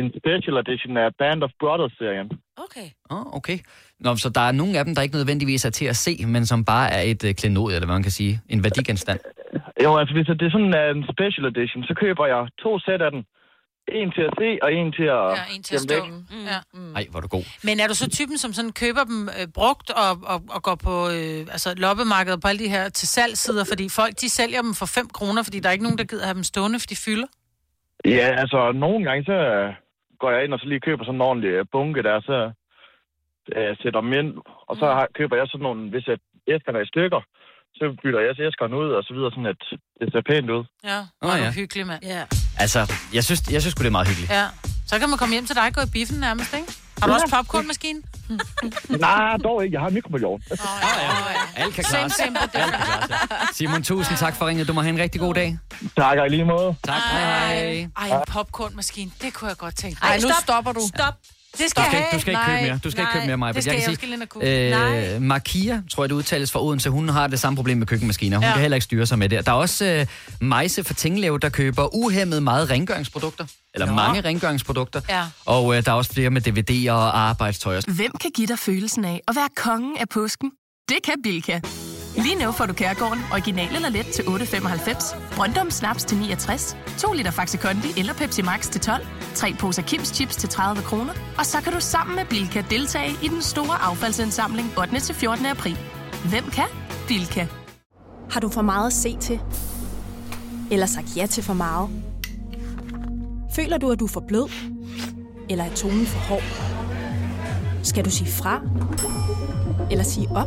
Y: en special edition af Band of Brothers-serien.
D: Okay.
A: Oh, okay. Nå, så der er nogle af dem, der ikke nødvendigvis er til at se, men som bare er et øh, klenod, eller hvad man kan sige, en værdigenstand.
Y: Jo, altså hvis det er sådan øh, en special edition, så køber jeg to sæt af den. En til at se, og en til at...
B: Ja, en til at
Y: gemme
B: stå.
Y: væk.
B: Mm. Ja.
A: Nej, hvor er du god.
B: Men er du så typen, som sådan køber dem øh, brugt og, og, og går på øh, altså, loppemarkedet på alle de her til salgsider, fordi folk de sælger dem for 5 kroner, fordi der er ikke nogen, der gider have dem stående, for de fylder?
Y: Ja, altså nogle gange, så øh, går jeg ind og så lige køber sådan en ordentlig øh, bunke der, så øh, sætter dem ind, og så har, køber jeg sådan nogle, hvis jeg æskerne er i stykker, så bytter jeg æskeren ud, og så videre, sådan at det ser pænt ud.
B: Ja,
Y: Åh,
B: oh, ja.
Y: ja.
B: hyggelig, mand. Ja.
A: Altså, jeg synes, jeg synes sgu, det er meget hyggeligt.
B: ja. Så kan man komme hjem til dig og gå i biffen nærmest, ikke? Har du
Y: Ja.
B: også popcornmaskine?
Y: Nej, dog ikke. Jeg har en mikrobølgeovn.
A: Alle kan
B: Same,
A: klare sig.
B: same, but different.
A: Simon, tusind tak for ringet. Du må have en rigtig god dag.
Y: Tak, og i lige måde.
A: Tak. Hej.
B: Ej, en popcornmaskine, det kunne jeg godt tænke. mig.
D: Ej,
B: Ej, nu
D: stop.
B: stopper du.
D: Stop.
B: Det
A: Du
B: skal, jeg
A: skal,
B: have.
A: ikke, du skal ikke købe
B: Nej,
A: mere. Du skal ikke
B: nej.
A: købe mere, Maja.
B: Det skal jeg, jeg skal lige ind og google.
A: øh, Markia, tror jeg, det udtales fra Odense, hun har det samme problem med køkkenmaskiner. Hun
B: Ja.
A: ja. kan heller ikke styre sig med det. Der er også øh, Majse fra Tinglev, der køber uhemmet meget rengøringsprodukter. Eller
T: Nå.
A: mange rengøringsprodukter.
T: Ja.
A: Og øh, der er også flere med DVD'er og arbejdstøj. og sådan-
T: Hvem kan give dig følelsen af at være kongen af påsken? Det kan Bilka. Lige nu får du Kærgården original eller let til 8.95, Brøndum Snaps til 69, 2 liter Faxi Kondi eller Pepsi Max til 12, 3 poser Kims Chips til 30 kroner, og så kan du sammen med Bilka deltage i den store affaldsindsamling 8. til 14. april. Hvem kan? Bilka.
U: Har du for meget at se til? Eller sagt ja til for meget? Føler du, at du er for blød? Eller er tonen for hård? Skal du sige fra? Eller sige op?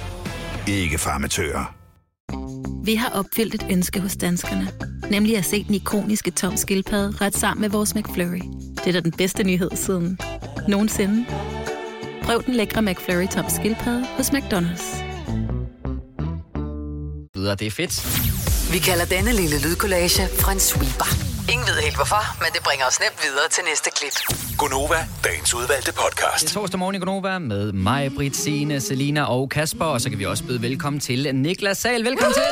V: Ikke farmatører.
W: Vi har opfyldt et ønske hos danskerne. Nemlig at se den ikoniske tom skildpadde ret sammen med vores McFlurry. Det er da den bedste nyhed siden nogensinde. Prøv den lækre McFlurry tom skildpadde hos McDonald's.
A: Videre, Det er fedt.
F: Vi kalder denne lille lydkollage Frans sweeper. Ingen ved helt hvorfor, men det bringer os nemt videre til næste klip.
K: Gonova, dagens udvalgte podcast.
A: Det er torsdag morgen i Gonova med mig, Britt, Signe, Selina og Kasper. Og så kan vi også byde velkommen til Niklas Sal. Velkommen til!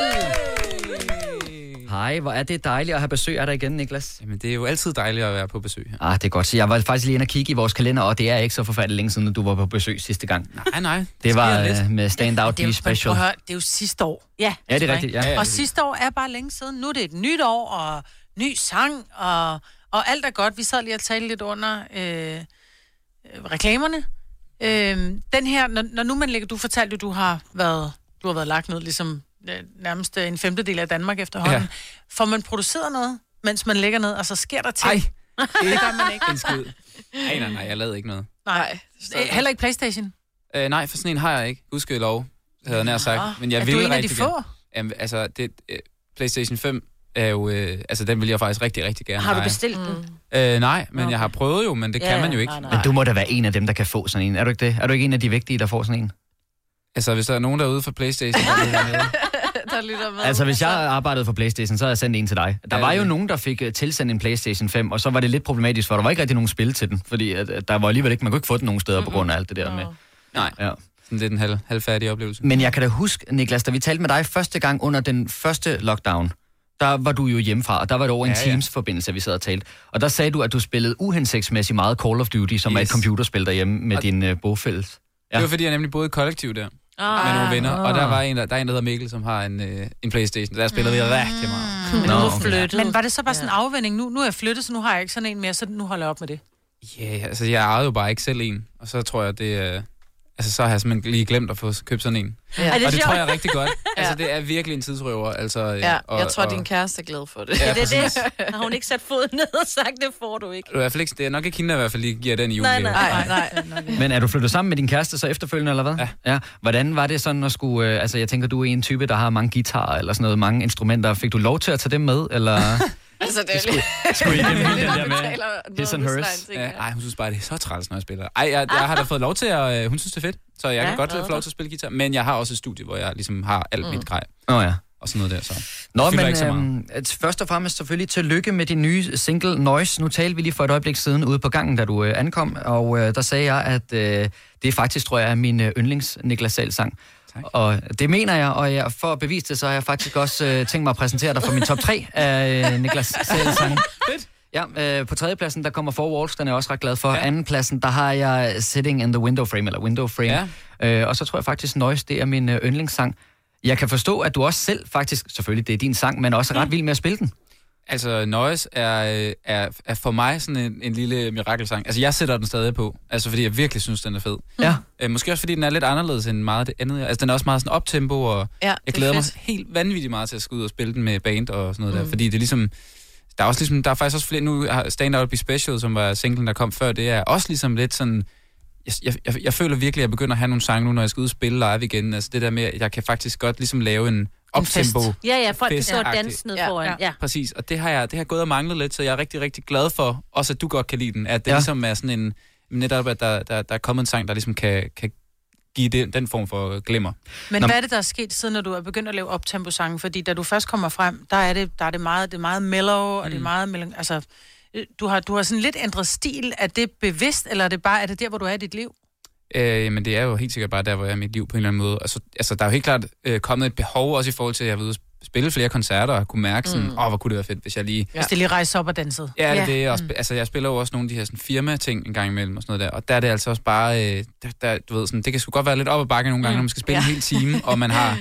A: Hej, hvor er det dejligt at have besøg af dig igen, Niklas.
Z: Jamen, det er jo altid dejligt at være på besøg her.
A: Ah, det er godt. Så jeg var faktisk lige inde og kigge i vores kalender, og det er ikke så forfærdeligt længe siden, at du var på besøg sidste gang.
Z: Nej, nej.
A: Det var
Z: sker lidt.
A: øh, med Stand Out
B: Det er jo- men
A: Be
B: prøv
A: Special.
B: at høre, det er jo sidste år.
D: Ja,
A: Ja, det er rigtigt, ja.
B: Og sidste år er bare længe siden. Nu er det et nyt år, og ny sang, og, og alt er godt. Vi sad lige og talte lidt under øh, øh, reklamerne. Øh, den her, når, når nu man lægger, du fortalte, jo, du har været, du har været lagt ned, ligesom øh, nærmest øh, en femtedel af Danmark efterhånden.
Z: Ja.
B: Ja. Får man produceret noget, mens man lægger ned, og så sker der ting? Nej, det gør man ikke.
Z: En skid. Nej, nej, nej, jeg lavede ikke noget.
B: Nej, Øh, heller ikke Playstation.
Z: Øh, nej, for sådan en har jeg ikke. Husk lov, havde jeg nær
B: Nå.
Z: sagt. Men jeg
B: Er du
Z: ville
B: en af de
Z: rigtig
B: få?
Z: gerne- Jamen, altså, det, øh, PlayStation 5 er jo, øh, altså, den vil jeg faktisk rigtig, rigtig gerne
D: Har du
Z: eje.
D: bestilt
B: Mm.
D: den?
Z: Øh, nej, men jeg har prøvet jo, men det
D: Ja,
Z: kan
D: ja,
Z: man jo ikke.
A: Men du må da være en af dem, der kan få sådan en. Er du ikke det? Er du ikke en af de vigtige, der får sådan en?
Z: Altså, hvis der er nogen derude for Playstation, der lytter med,
B: der lytter med.
A: Altså, hvis jeg arbejdede for Playstation, så havde jeg sendt en til dig. Der
Z: Ja,
A: var
Z: det
A: jo
Z: er det.
A: nogen, der fik øh, tilsendt en Playstation 5, og så var det lidt problematisk, for der var ikke rigtig nogen spil til den, fordi at, at der var alligevel ikke, man kunne ikke få den nogen steder på grund af alt det der med.
Z: Nej,
A: ja.
Z: sådan lidt en halv, halvfærdig oplevelse.
A: Men jeg kan da huske, Niklas, da vi talte med dig første gang under den første lockdown, der var du jo hjemmefra, og der var det over en
Z: Ja, ja.
A: Teams-forbindelse, vi sad og talte. Og der sagde du, at du spillede uhensigtsmæssigt meget Call of Duty, som yes. er et computerspil derhjemme med og... din uh, bogfælles.
Z: Ja. Det var, fordi jeg nemlig boede i et kollektiv der ah, med nogle venner, og der, var en, der, der er en, der hedder Mikkel, som har en, øh, en Playstation. Der spillede vi rigtig meget.
B: Men nu okay. flyttet. Men var det så bare sådan en afvending? Nu, nu er jeg flyttet, så nu har jeg ikke sådan en mere, så nu holder jeg op med det.
Z: Ja, yeah, altså jeg ejede jo bare ikke selv en, og så tror jeg, det er... Altså, så har jeg simpelthen lige glemt at få købt sådan en.
E: Ja. Ej, det er
Z: og det tror
E: sjovt.
Z: jeg er rigtig godt. Altså, det er virkelig en tidsrøver. Altså,
E: Ja,
Z: og,
E: jeg tror,
Z: og,
E: din kæreste er glad for det.
Z: Ja,
D: Ja, det er
Z: præcis.
D: det. Har hun ikke sat foden ned og sagt, det får du ikke?
Z: Det er i hvert fald ikke, det er nok ikke hende, der i hvert fald lige giver den i
D: Nej,
Z: julegave.
D: nej, nej. nej.
A: Men er du flyttet sammen med din kæreste så efterfølgende, eller hvad? Ja. ja. Hvordan var det sådan at skulle... Øh, altså, jeg tænker, du er en type, der har mange guitarer eller sådan noget, mange instrumenter. Fik du lov til at tage dem med, eller...
E: Altså, det er skulle,
A: skulle I igennem
E: det
A: den der med
E: his and hers?
Z: Ja, ej, hun synes bare, det er så træls, når jeg spiller. Ej, jeg, jeg har da fået lov til at... øh, Hun synes, det er fedt, så jeg
A: Ja,
Z: ja, kan godt øh,
A: hvad
Z: få lov til at spille guitar. Men jeg har også et studie, hvor jeg ligesom har alt mm. mit grej.
A: Åh oh, ja.
Z: Og sådan noget der, så.
A: Nå,
Z: Det fylder
A: men
Z: ikke så meget.
A: øhm, at først og fremmest selvfølgelig tillykke med din nye single Noise. Nu talte vi lige for et øjeblik siden ude på gangen, da du øh, ankom, og øh, der sagde jeg, at øh, det er faktisk, tror jeg, er min øh, yndlings Niklas Sahl-sang. Og det mener jeg, og jeg, for at bevise det, så har jeg faktisk også øh, tænkt mig at præsentere dig for min top 3 af øh, Niklas Sahl-sang. Ja, øh, på tredjepladsen, der kommer Four Walls, den er jeg også ret glad for. Ja. Andenpladsen, der har jeg Sitting in the Window Frame, eller Window Frame. Ja. Øh, og så tror jeg faktisk, Noise, det er min øh, yndlingssang. Jeg kan forstå, at du også selv faktisk, selvfølgelig det er din sang, men også er ret vild med at spille den.
Z: Altså, Noise er, øh, er, er for mig sådan en, en lille mirakelsang. Altså, jeg sætter den stadig på, altså fordi jeg virkelig synes, den er fed.
A: Ja.
Z: Øh, måske også fordi den er lidt anderledes end meget af det andet. jeg- Altså, den er også meget sådan optempo, og
E: Ja, det
Z: jeg
E: er
Z: glæder mig
E: fedt.
Z: helt vanvittigt meget til at skulle ud og spille den med band og sådan noget mm.
E: Mm.
Z: der. Fordi det er ligesom... Der er, også ligesom, der er faktisk også flere... Nu har Stand Out Be Special, som var singlen, der kom før, det er også ligesom lidt sådan... Jeg, jeg, jeg, jeg føler virkelig, at jeg begynder at have nogle sange nu, når jeg skal ud og spille live igen. Altså det der med, at jeg kan faktisk godt ligesom lave en optempo.
D: Ja, ja, folk kan stå og
Z: festagtig-
D: danse ned foran. Ja.
Z: Præcis, og det har jeg det har jeg gået og manglet lidt, så jeg er rigtig, rigtig glad for, også at du godt kan lide den, at det
A: Ja.
Z: ja. ligesom er sådan en, netop at der, der, der er kommet en sang, der ligesom kan, kan give den, den form for glimmer.
B: Men Nå, hvad er det, der er sket, siden når du er begyndt at lave optemposange? Fordi da du først kommer frem, der er det, der er det, meget, det er meget mellow, og det er
Z: Mm.
B: meget... Mellow, altså, øh, du har, du har sådan lidt ændret stil. Er det bevidst, eller er det bare er det der, hvor du er i dit liv?
Z: Øh, men det er jo helt sikkert bare der, hvor jeg er i mit liv på en eller anden måde. Altså, altså der er jo helt klart øh, kommet et behov også i forhold til, at jeg ved spille flere koncerter og kunne mærke sådan, åh,
B: Mm.
Z: oh, hvor kunne det være fedt, hvis jeg lige...
B: Ja. Hvis det lige rejser op og dansede.
Z: Ja, det er det. Og
D: Mm.
Z: sp- altså, jeg spiller jo også nogle af de her sådan, firma-ting en gang imellem og sådan noget der. Og der er det altså også bare, øh, der, der, du ved, sådan, det kan sgu godt være lidt op ad bakke
D: Mm.
Z: nogle gange, når man skal spille ja. en hel time, og man har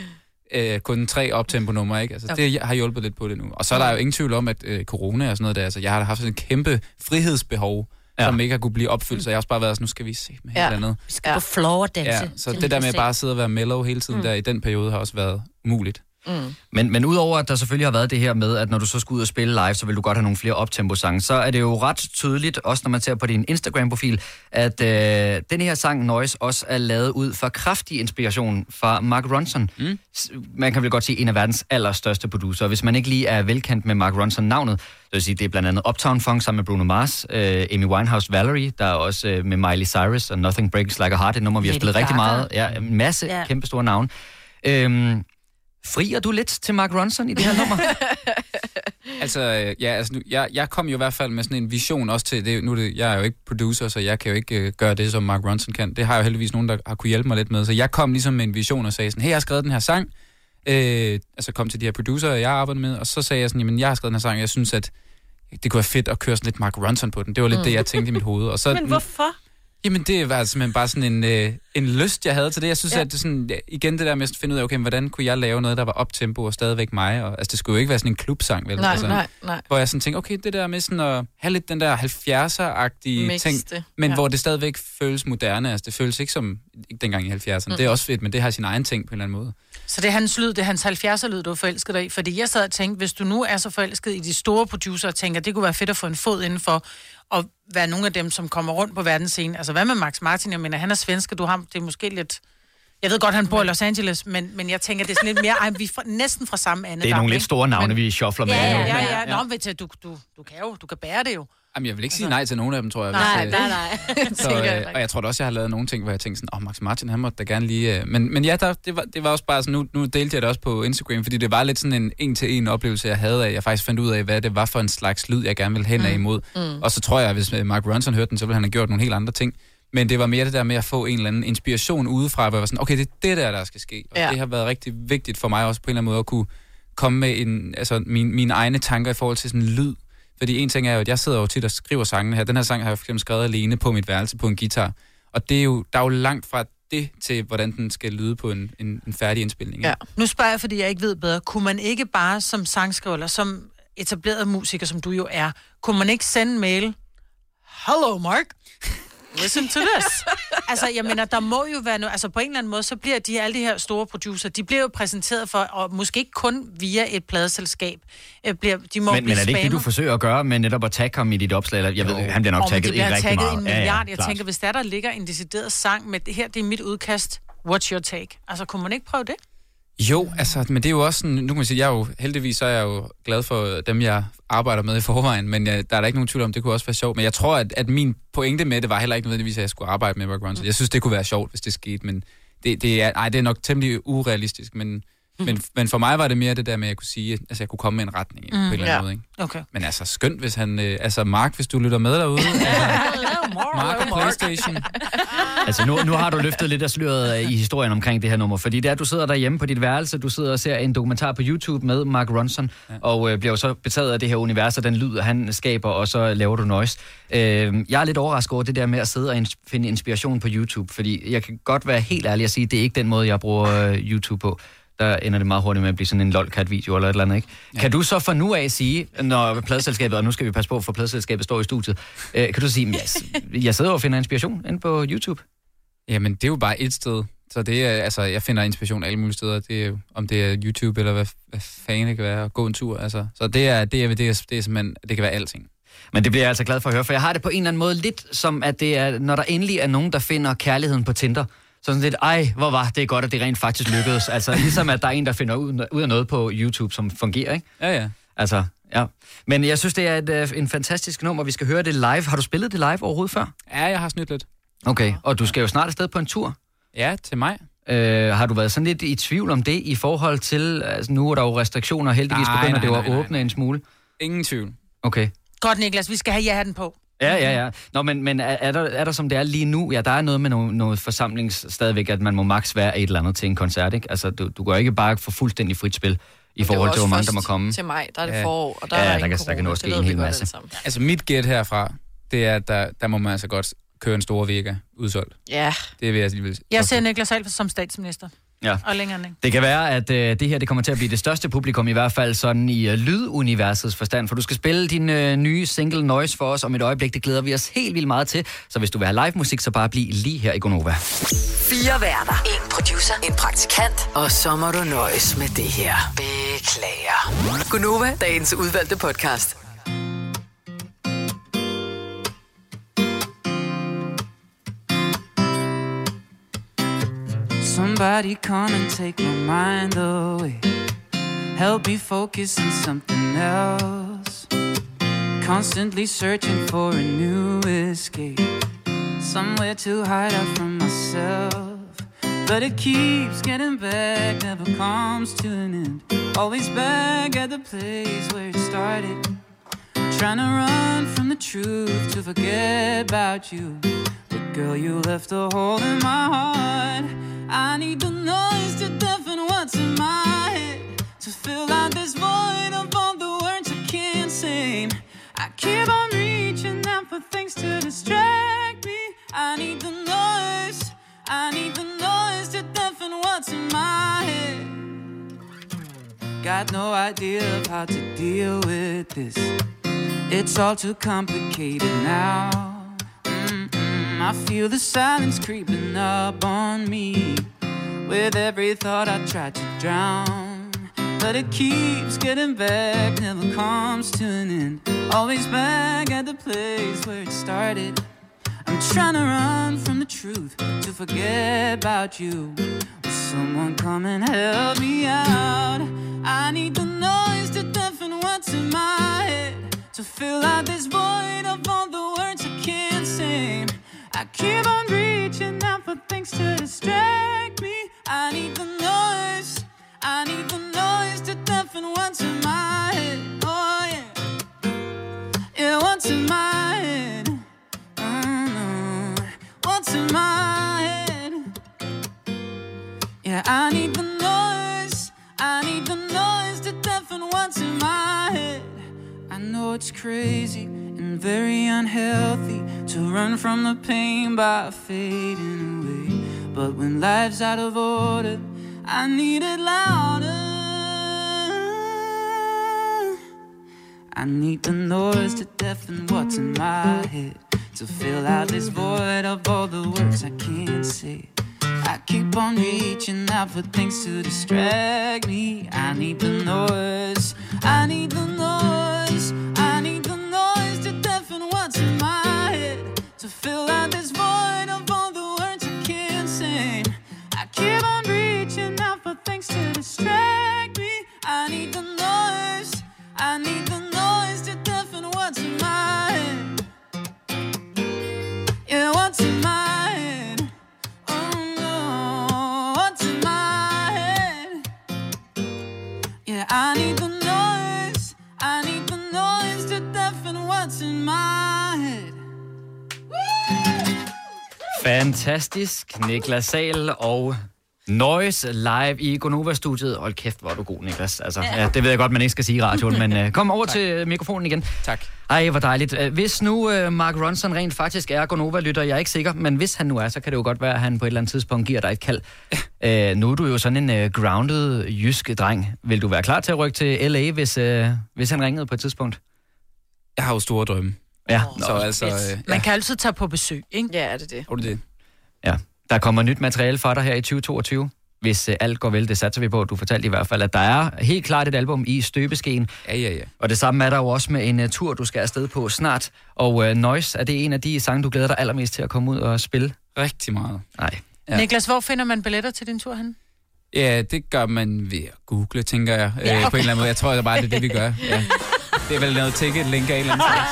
Z: øh, kun tre optempo-numre, ikke? Altså,
A: Okay.
Z: det har hjulpet lidt på det nu. Og så er der jo ingen tvivl om, at øh, corona og sådan noget der, altså, jeg har da haft sådan et kæmpe frihedsbehov, ja. som ikke har kunne blive opfyldt, så jeg har også bare været sådan, nu skal vi se med helt
D: Ja.
Z: andet.
D: Vi skal på floor danse.
Z: Ja, så det der med bare at sidde og være mellow hele tiden
D: Mm.
Z: mm. der i den periode har også været umuligt.
D: Mm.
A: Men, men udover at der selvfølgelig har været det her med, at når du så skal ud og spille live, så vil du godt have nogle flere optempo-sange, så er det jo ret tydeligt, også når man ser på din Instagram-profil, at øh, den her sang Noise også er lavet ud fra kraftig inspiration fra Mark Ronson. Mm. Man kan vel godt sige, en af verdens allerstørste producer. Hvis man ikke lige er velkendt med Mark Ronson-navnet, så vil jeg sige, det er blandt andet Uptown Funk sammen med Bruno Mars, øh, Amy Winehouse Valerie, der er også øh, med Miley Cyrus og Nothing Breaks Like a Heart, et nummer, vi har
X: Lady
A: spillet rigtig
X: Gaga.
A: meget. Ja, en masse
X: Ja.
A: ja. kæmpe store navne. Øhm, Frier du lidt til Mark Ronson i det her nummer?
Z: Altså, øh, ja, altså nu, jeg, jeg kom jo i hvert fald med sådan en vision også til, det, nu er det, jeg er jo ikke producer, så jeg kan jo ikke øh, gøre det, som Mark Ronson kan. Det har jo heldigvis nogen, der har kunne hjælpe mig lidt med. Så jeg kom ligesom med en vision og sagde sådan, hey, jeg har skrevet den her sang. Øh, altså kom til de her producer, jeg arbejder med, og så sagde jeg sådan, jamen jeg har skrevet den her sang, og jeg synes, at det kunne være fedt at køre sådan lidt Mark Ronson på den. Det var lidt
D: Mm.
Z: mm. det, jeg tænkte i mit hoved. Og så,
D: Men hvorfor?
Z: Jamen, det var altså simpelthen bare sådan en, øh, en lyst, jeg havde til det. Jeg synes, ja. at det sådan, igen det der med at finde ud af, okay, men hvordan kunne jeg lave noget, der var optempo og stadigvæk mig? Og, altså, det skulle jo ikke være sådan en klubsang, vel?
E: Nej,
Z: altså,
E: nej, nej.
Z: Hvor jeg sådan tænkte, okay, det der med sådan at have lidt den der 70'er-agtige
E: Mix
Z: ting,
E: det,
Z: men
E: ja.
Z: hvor det stadigvæk føles moderne. Altså, det føles ikke som ikke dengang i 70'erne. Mm. Det er også fedt, men det har sin egen ting på en eller anden måde.
B: Så det er hans lyd, det er hans 70'er lyd, du er forelsket dig i. Fordi jeg sad og tænkte, hvis du nu er så forelsket i de store producer og tænker, det kunne være fedt at få en fod indenfor og være nogle af dem, som kommer rundt på verdensscenen. Altså hvad med Max Martin? Jeg mener, han er svensker, du har, det er måske lidt... Jeg ved godt, han bor i Los Angeles, men, men jeg tænker, det er sådan lidt mere... Ej, vi er fra, næsten fra samme ande.
A: Det er nogle lidt store navne, vi shuffler med.
B: Ja, ja,
A: nu.
B: ja. ja. Nå, men ved du, du, du, du kan jo, du kan bære det jo.
Z: Jamen, jeg vil ikke sige nej til nogen af dem, tror jeg.
B: Nej,
Z: hvis, øh,
B: nej, nej. Det
Z: Så,
B: tænker jeg
Z: øh, og jeg tror da også, jeg har lavet nogle ting, hvor jeg tænkte sådan, åh, oh, Max Martin, han måtte da gerne lige... Øh. Men, men ja, der, det, var, det var også bare sådan, nu, nu delte jeg det også på Instagram, fordi det var lidt sådan en en-til-en oplevelse, jeg havde af, jeg faktisk fandt ud af, hvad det var for en slags lyd, jeg gerne ville hen ad imod.
E: Mm.
Z: Mm. Og så tror jeg, at hvis øh, Mark Ronson hørte den, så ville han have gjort nogle helt andre ting. Men det var mere det der med at få en eller anden inspiration udefra, hvor jeg var sådan, okay, det er det der, der skal ske. Og
E: Ja.
Z: ja. det har været rigtig vigtigt for mig også på en eller anden måde at kunne komme med en, altså min, mine egne tanker i forhold til sådan lyd. Fordi en ting er jo, at jeg sidder jo tit og skriver sangene her. Den her sang har jeg for eksempel skrevet alene på mit værelse på en guitar. Og det er jo, der er jo langt fra det til, hvordan den skal lyde på en, en, en færdig indspilning. ikke?
B: Nu spørger jeg, fordi jeg ikke ved bedre. Kunne man ikke bare som sangskriver, eller som etableret musiker, som du jo er, kunne man ikke sende en mail? Hello, Mark. Listen to this. altså, jeg mener, der må jo være noget... Altså, på en eller anden måde, så bliver de alle de her store producer, de bliver jo præsenteret for, og måske ikke kun via et pladeselskab, øh, bliver, de må
A: Men,
B: blive
A: men er det ikke det, du
B: spammet.
A: forsøger at gøre med netop at tagge ham i dit opslag? Eller, jeg ved, han bliver
B: Åh,
A: nok
B: men
A: tagget
B: de
A: i
B: bliver
A: rigtig
B: tagget
A: meget.
B: en
A: Ja, ja,
B: milliard. Jeg
A: klart.
B: tænker, hvis der, der ligger en decideret sang med, det her det er mit udkast, what's your take? Altså, kunne man ikke prøve det?
Z: Jo, altså, men det er jo også sådan, nu kan man sige, jeg er jo, heldigvis så er jeg jo glad for dem, jeg arbejder med i forvejen, men jeg, der er da ikke nogen tvivl om, det kunne også være sjovt. Men jeg tror, at, at min pointe med det var heller ikke nødvendigvis, at jeg skulle arbejde med Mark Ronson. Jeg synes, det kunne være sjovt, hvis det skete, men det, det, er, ej, det er nok temmelig urealistisk, men,
B: Mhm.
Z: men, men for mig var det mere det der med, at jeg kunne sige, at altså, jeg kunne komme med en retning ikke, på en
B: Mm.
Z: eller anden
B: Ja.
Z: måde. Ikke?
B: Okay.
Z: Men altså, skønt, hvis han... Øh, altså, Mark, hvis du lytter med derude. altså, Mark og Playstation.
A: Altså, nu, nu har du løftet lidt af sløret øh, i historien omkring det her nummer, fordi det er, at du sidder derhjemme på dit værelse, du sidder og ser en dokumentar på YouTube med Mark Ronson, ja. og øh, bliver jo så betaget af det her univers, og den lyd, han skaber, og så laver du noise. Øh, jeg er lidt overrasket over det der med at sidde og ins- finde inspiration på YouTube, fordi jeg kan godt være helt ærlig og sige, det er ikke den måde, jeg bruger øh, YouTube på. der ender det meget hurtigt med at blive sådan en lolcat-video eller et eller andet, ikke? Ja. Kan du så fra nu af sige, når pladselskabet, og nu skal vi passe på, for pladselskabet står i studiet, øh, kan du sige, jeg, jeg sidder og finder inspiration inde på YouTube?
Z: Jamen, det er jo bare et sted. Så det er, altså, jeg finder inspiration alle mulige steder. Det er, jo- om det er YouTube eller hvad, hvad fanden det kan være, at gå en tur. Altså. Så det er, det, er, det, er, det er simpelthen, det kan være alting.
A: Men det bliver jeg altså glad for at høre, for jeg har det på en eller anden måde lidt som, at det er, når der endelig er nogen, der finder kærligheden på Tinder. Så sådan lidt, ej, hvor var det godt, at det rent faktisk lykkedes. Altså ligesom, at der er en, der finder ud, ud af noget på YouTube, som fungerer, ikke?
Z: Ja, ja.
A: Altså, ja. Men jeg synes, det er et, øh, en fantastisk nummer. Vi skal høre det live. Har du spillet det live overhovedet før?
Z: Ja, jeg har snydt lidt.
A: Okay, og du skal jo snart afsted på en tur.
Z: Ja, til mig.
A: Øh, har du været sådan lidt i tvivl om det i forhold til, altså nu er der jo restriktioner, heldigvis
Z: Nej,
A: begynder
Z: nej,
A: det jo
Z: nej,
A: at
Z: nej,
A: åbne en smule.
Z: Ingen tvivl.
A: Okay.
B: Godt, Niklas, vi skal have ja-hatten på.
A: Ja, ja, ja. Nå, men, men er, er, der, er der som det er lige nu? Ja, der er noget med noget, noget forsamlings stadigvæk, at man må maks være et eller andet til en koncert, ikke? Altså, du, du går ikke bare for fuldstændig frit spil i forhold til, hvor mange der må komme.
E: Til maj, der er det
Z: Ja.
E: forår, og der
A: Ja,
E: er
A: der
E: ingen
A: kan- der kan
E: corona.
A: nå at
E: Det
A: ske
E: ved
A: en
E: vi
A: hel
E: godt
A: masse.
E: alle sammen.
Z: Altså, mit gæt herfra, det er, at der, der må man altså godt køre en stor vega udsolgt.
B: Ja.
Z: Det vil jeg alligevel...
B: Jeg ser Niklas Alfred som statsminister.
A: Ja.
B: Og længere end ikke.
A: Det kan være, at øh, det her det kommer til at blive det største publikum, i hvert fald sådan i øh, lyduniversets forstand, for du skal spille din øh, nye single Noise for os om et øjeblik. Det glæder vi os helt vildt meget til. Så hvis du vil have live musik, så bare bliv lige her i Gonova.
F: Fire værter. En producer. En praktikant. Og så må du nøjes med det her. Beklager. Gunova, dagens udvalgte podcast.
X: Somebody come and take my mind away. Help me focus on something else. Constantly searching for a new escape. Somewhere to hide out from myself. But it keeps getting back, never comes to an end. Always back at the place where it started. Trying to run from the truth to forget about you. But girl, you left a hole in my heart. I need the noise to deafen what's in my head. To fill out this void of all the words I can't say. I keep on reaching out for things to distract me. I need the noise. I need the noise to deafen what's in my head. Got no idea of how to deal with this. It's all too complicated now. Mm-mm, I feel the silence creeping up on me. With every thought I try to drown. But it keeps getting back, never comes to an end. Always back at the place where it started. I'm trying to run from the truth to forget about you. Will someone come and help me out? I need the noise to deafen what's in my head. To fill out this void of all the words I can't say. I keep on reaching out for things to distract me. I need the noise. I need the noise to deafen what's in my head. Oh, yeah. Yeah, what's in my head? Mm, What's in my head? Yeah, I need the noise. I need the noise to deafen what's in my head. I know it's crazy and very unhealthy to run from the pain by fading away. But when life's out of order, I need it louder. I need the noise to deafen what's in my head. To fill out this void of all the words I can't say. I keep on reaching out for things to distract me. I need the noise. I need the noise. I need the noise to deafen what's in my head. To fill out this void of all the words I can't say. I keep on reaching out for things to distract me. I need the noise. I need the noise to deafen what's in my head. Yeah, what's in my head? Oh, what's in my head? Yeah, I need the noise. I need the noise to deafen what's in my head.
A: Fantastisk, Niklas Sal og Noise live i Gonova-studiet. Hold kæft, hvor er du god, Niklas. Altså,
M: Ja.
A: ja. Ja, det ved jeg godt, man ikke skal sige i radioen, men uh, kom over tak. til øh, mikrofonen igen.
Z: Tak.
A: Ej, hvor dejligt. Øh, Hvis nu uh, Mark Ronson rent faktisk er Gonova-lytter, jeg er ikke sikker, men hvis han nu er, så kan det jo godt være, at han på et eller andet tidspunkt giver dig et kald. Uh, nu er du jo sådan en uh, grounded jysk dreng. Vil du være klar til at rykke til L.A., hvis, uh, hvis han ringede på et tidspunkt?
Z: Jeg har jo store drømme.
A: Ja.
Z: Så altså, øh,
B: Yes. Man kan altid tage på besøg, ikke?
E: Ja, er det det.
Z: er det det?
A: Ja, der kommer nyt materiale fra dig her i 2022. Hvis øh, alt går vel, det satser vi på. Du fortalte i hvert fald, at der er helt klart et album i støbeskeen.
Z: Ja, ja, ja.
A: Og det samme er der jo også med en uh, tur, du skal afsted på snart. Og uh, Noise, er det en af de sange, du glæder dig allermest til at komme ud og spille?
Z: Rigtig meget.
A: Nej.
B: Ja. Niklas, hvor finder man billetter til din tur hen?
Z: Ja, det gør man ved at google, tænker jeg, øh,
B: Ja,
Z: på
B: okay.
Z: en eller anden måde. Jeg tror det er bare, det er det, vi gør. Ja. Det er vel noget ticket-link af en eller anden slags.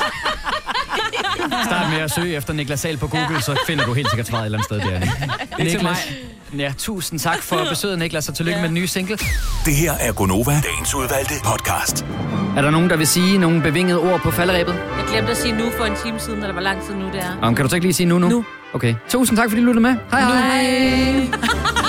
A: Start med at søge efter Niklas Sahl på Google, så finder du helt sikkert svaret et eller andet sted der.
Z: til
A: Niklas, ja, tusind tak for besøget, Niklas, og tillykke ja. med den nye single.
K: Det her er Gonova, dagens udvalgte podcast.
A: Er der nogen, der vil sige nogle bevingede ord på falderæbet?
D: Jeg glemte at sige nu for en time siden, eller hvor lang tid nu det er.
A: Om, kan du så ikke lige sige nu nu? Nu. Okay. Tusind tak, fordi du lyttede med. Hej hej.
D: hej.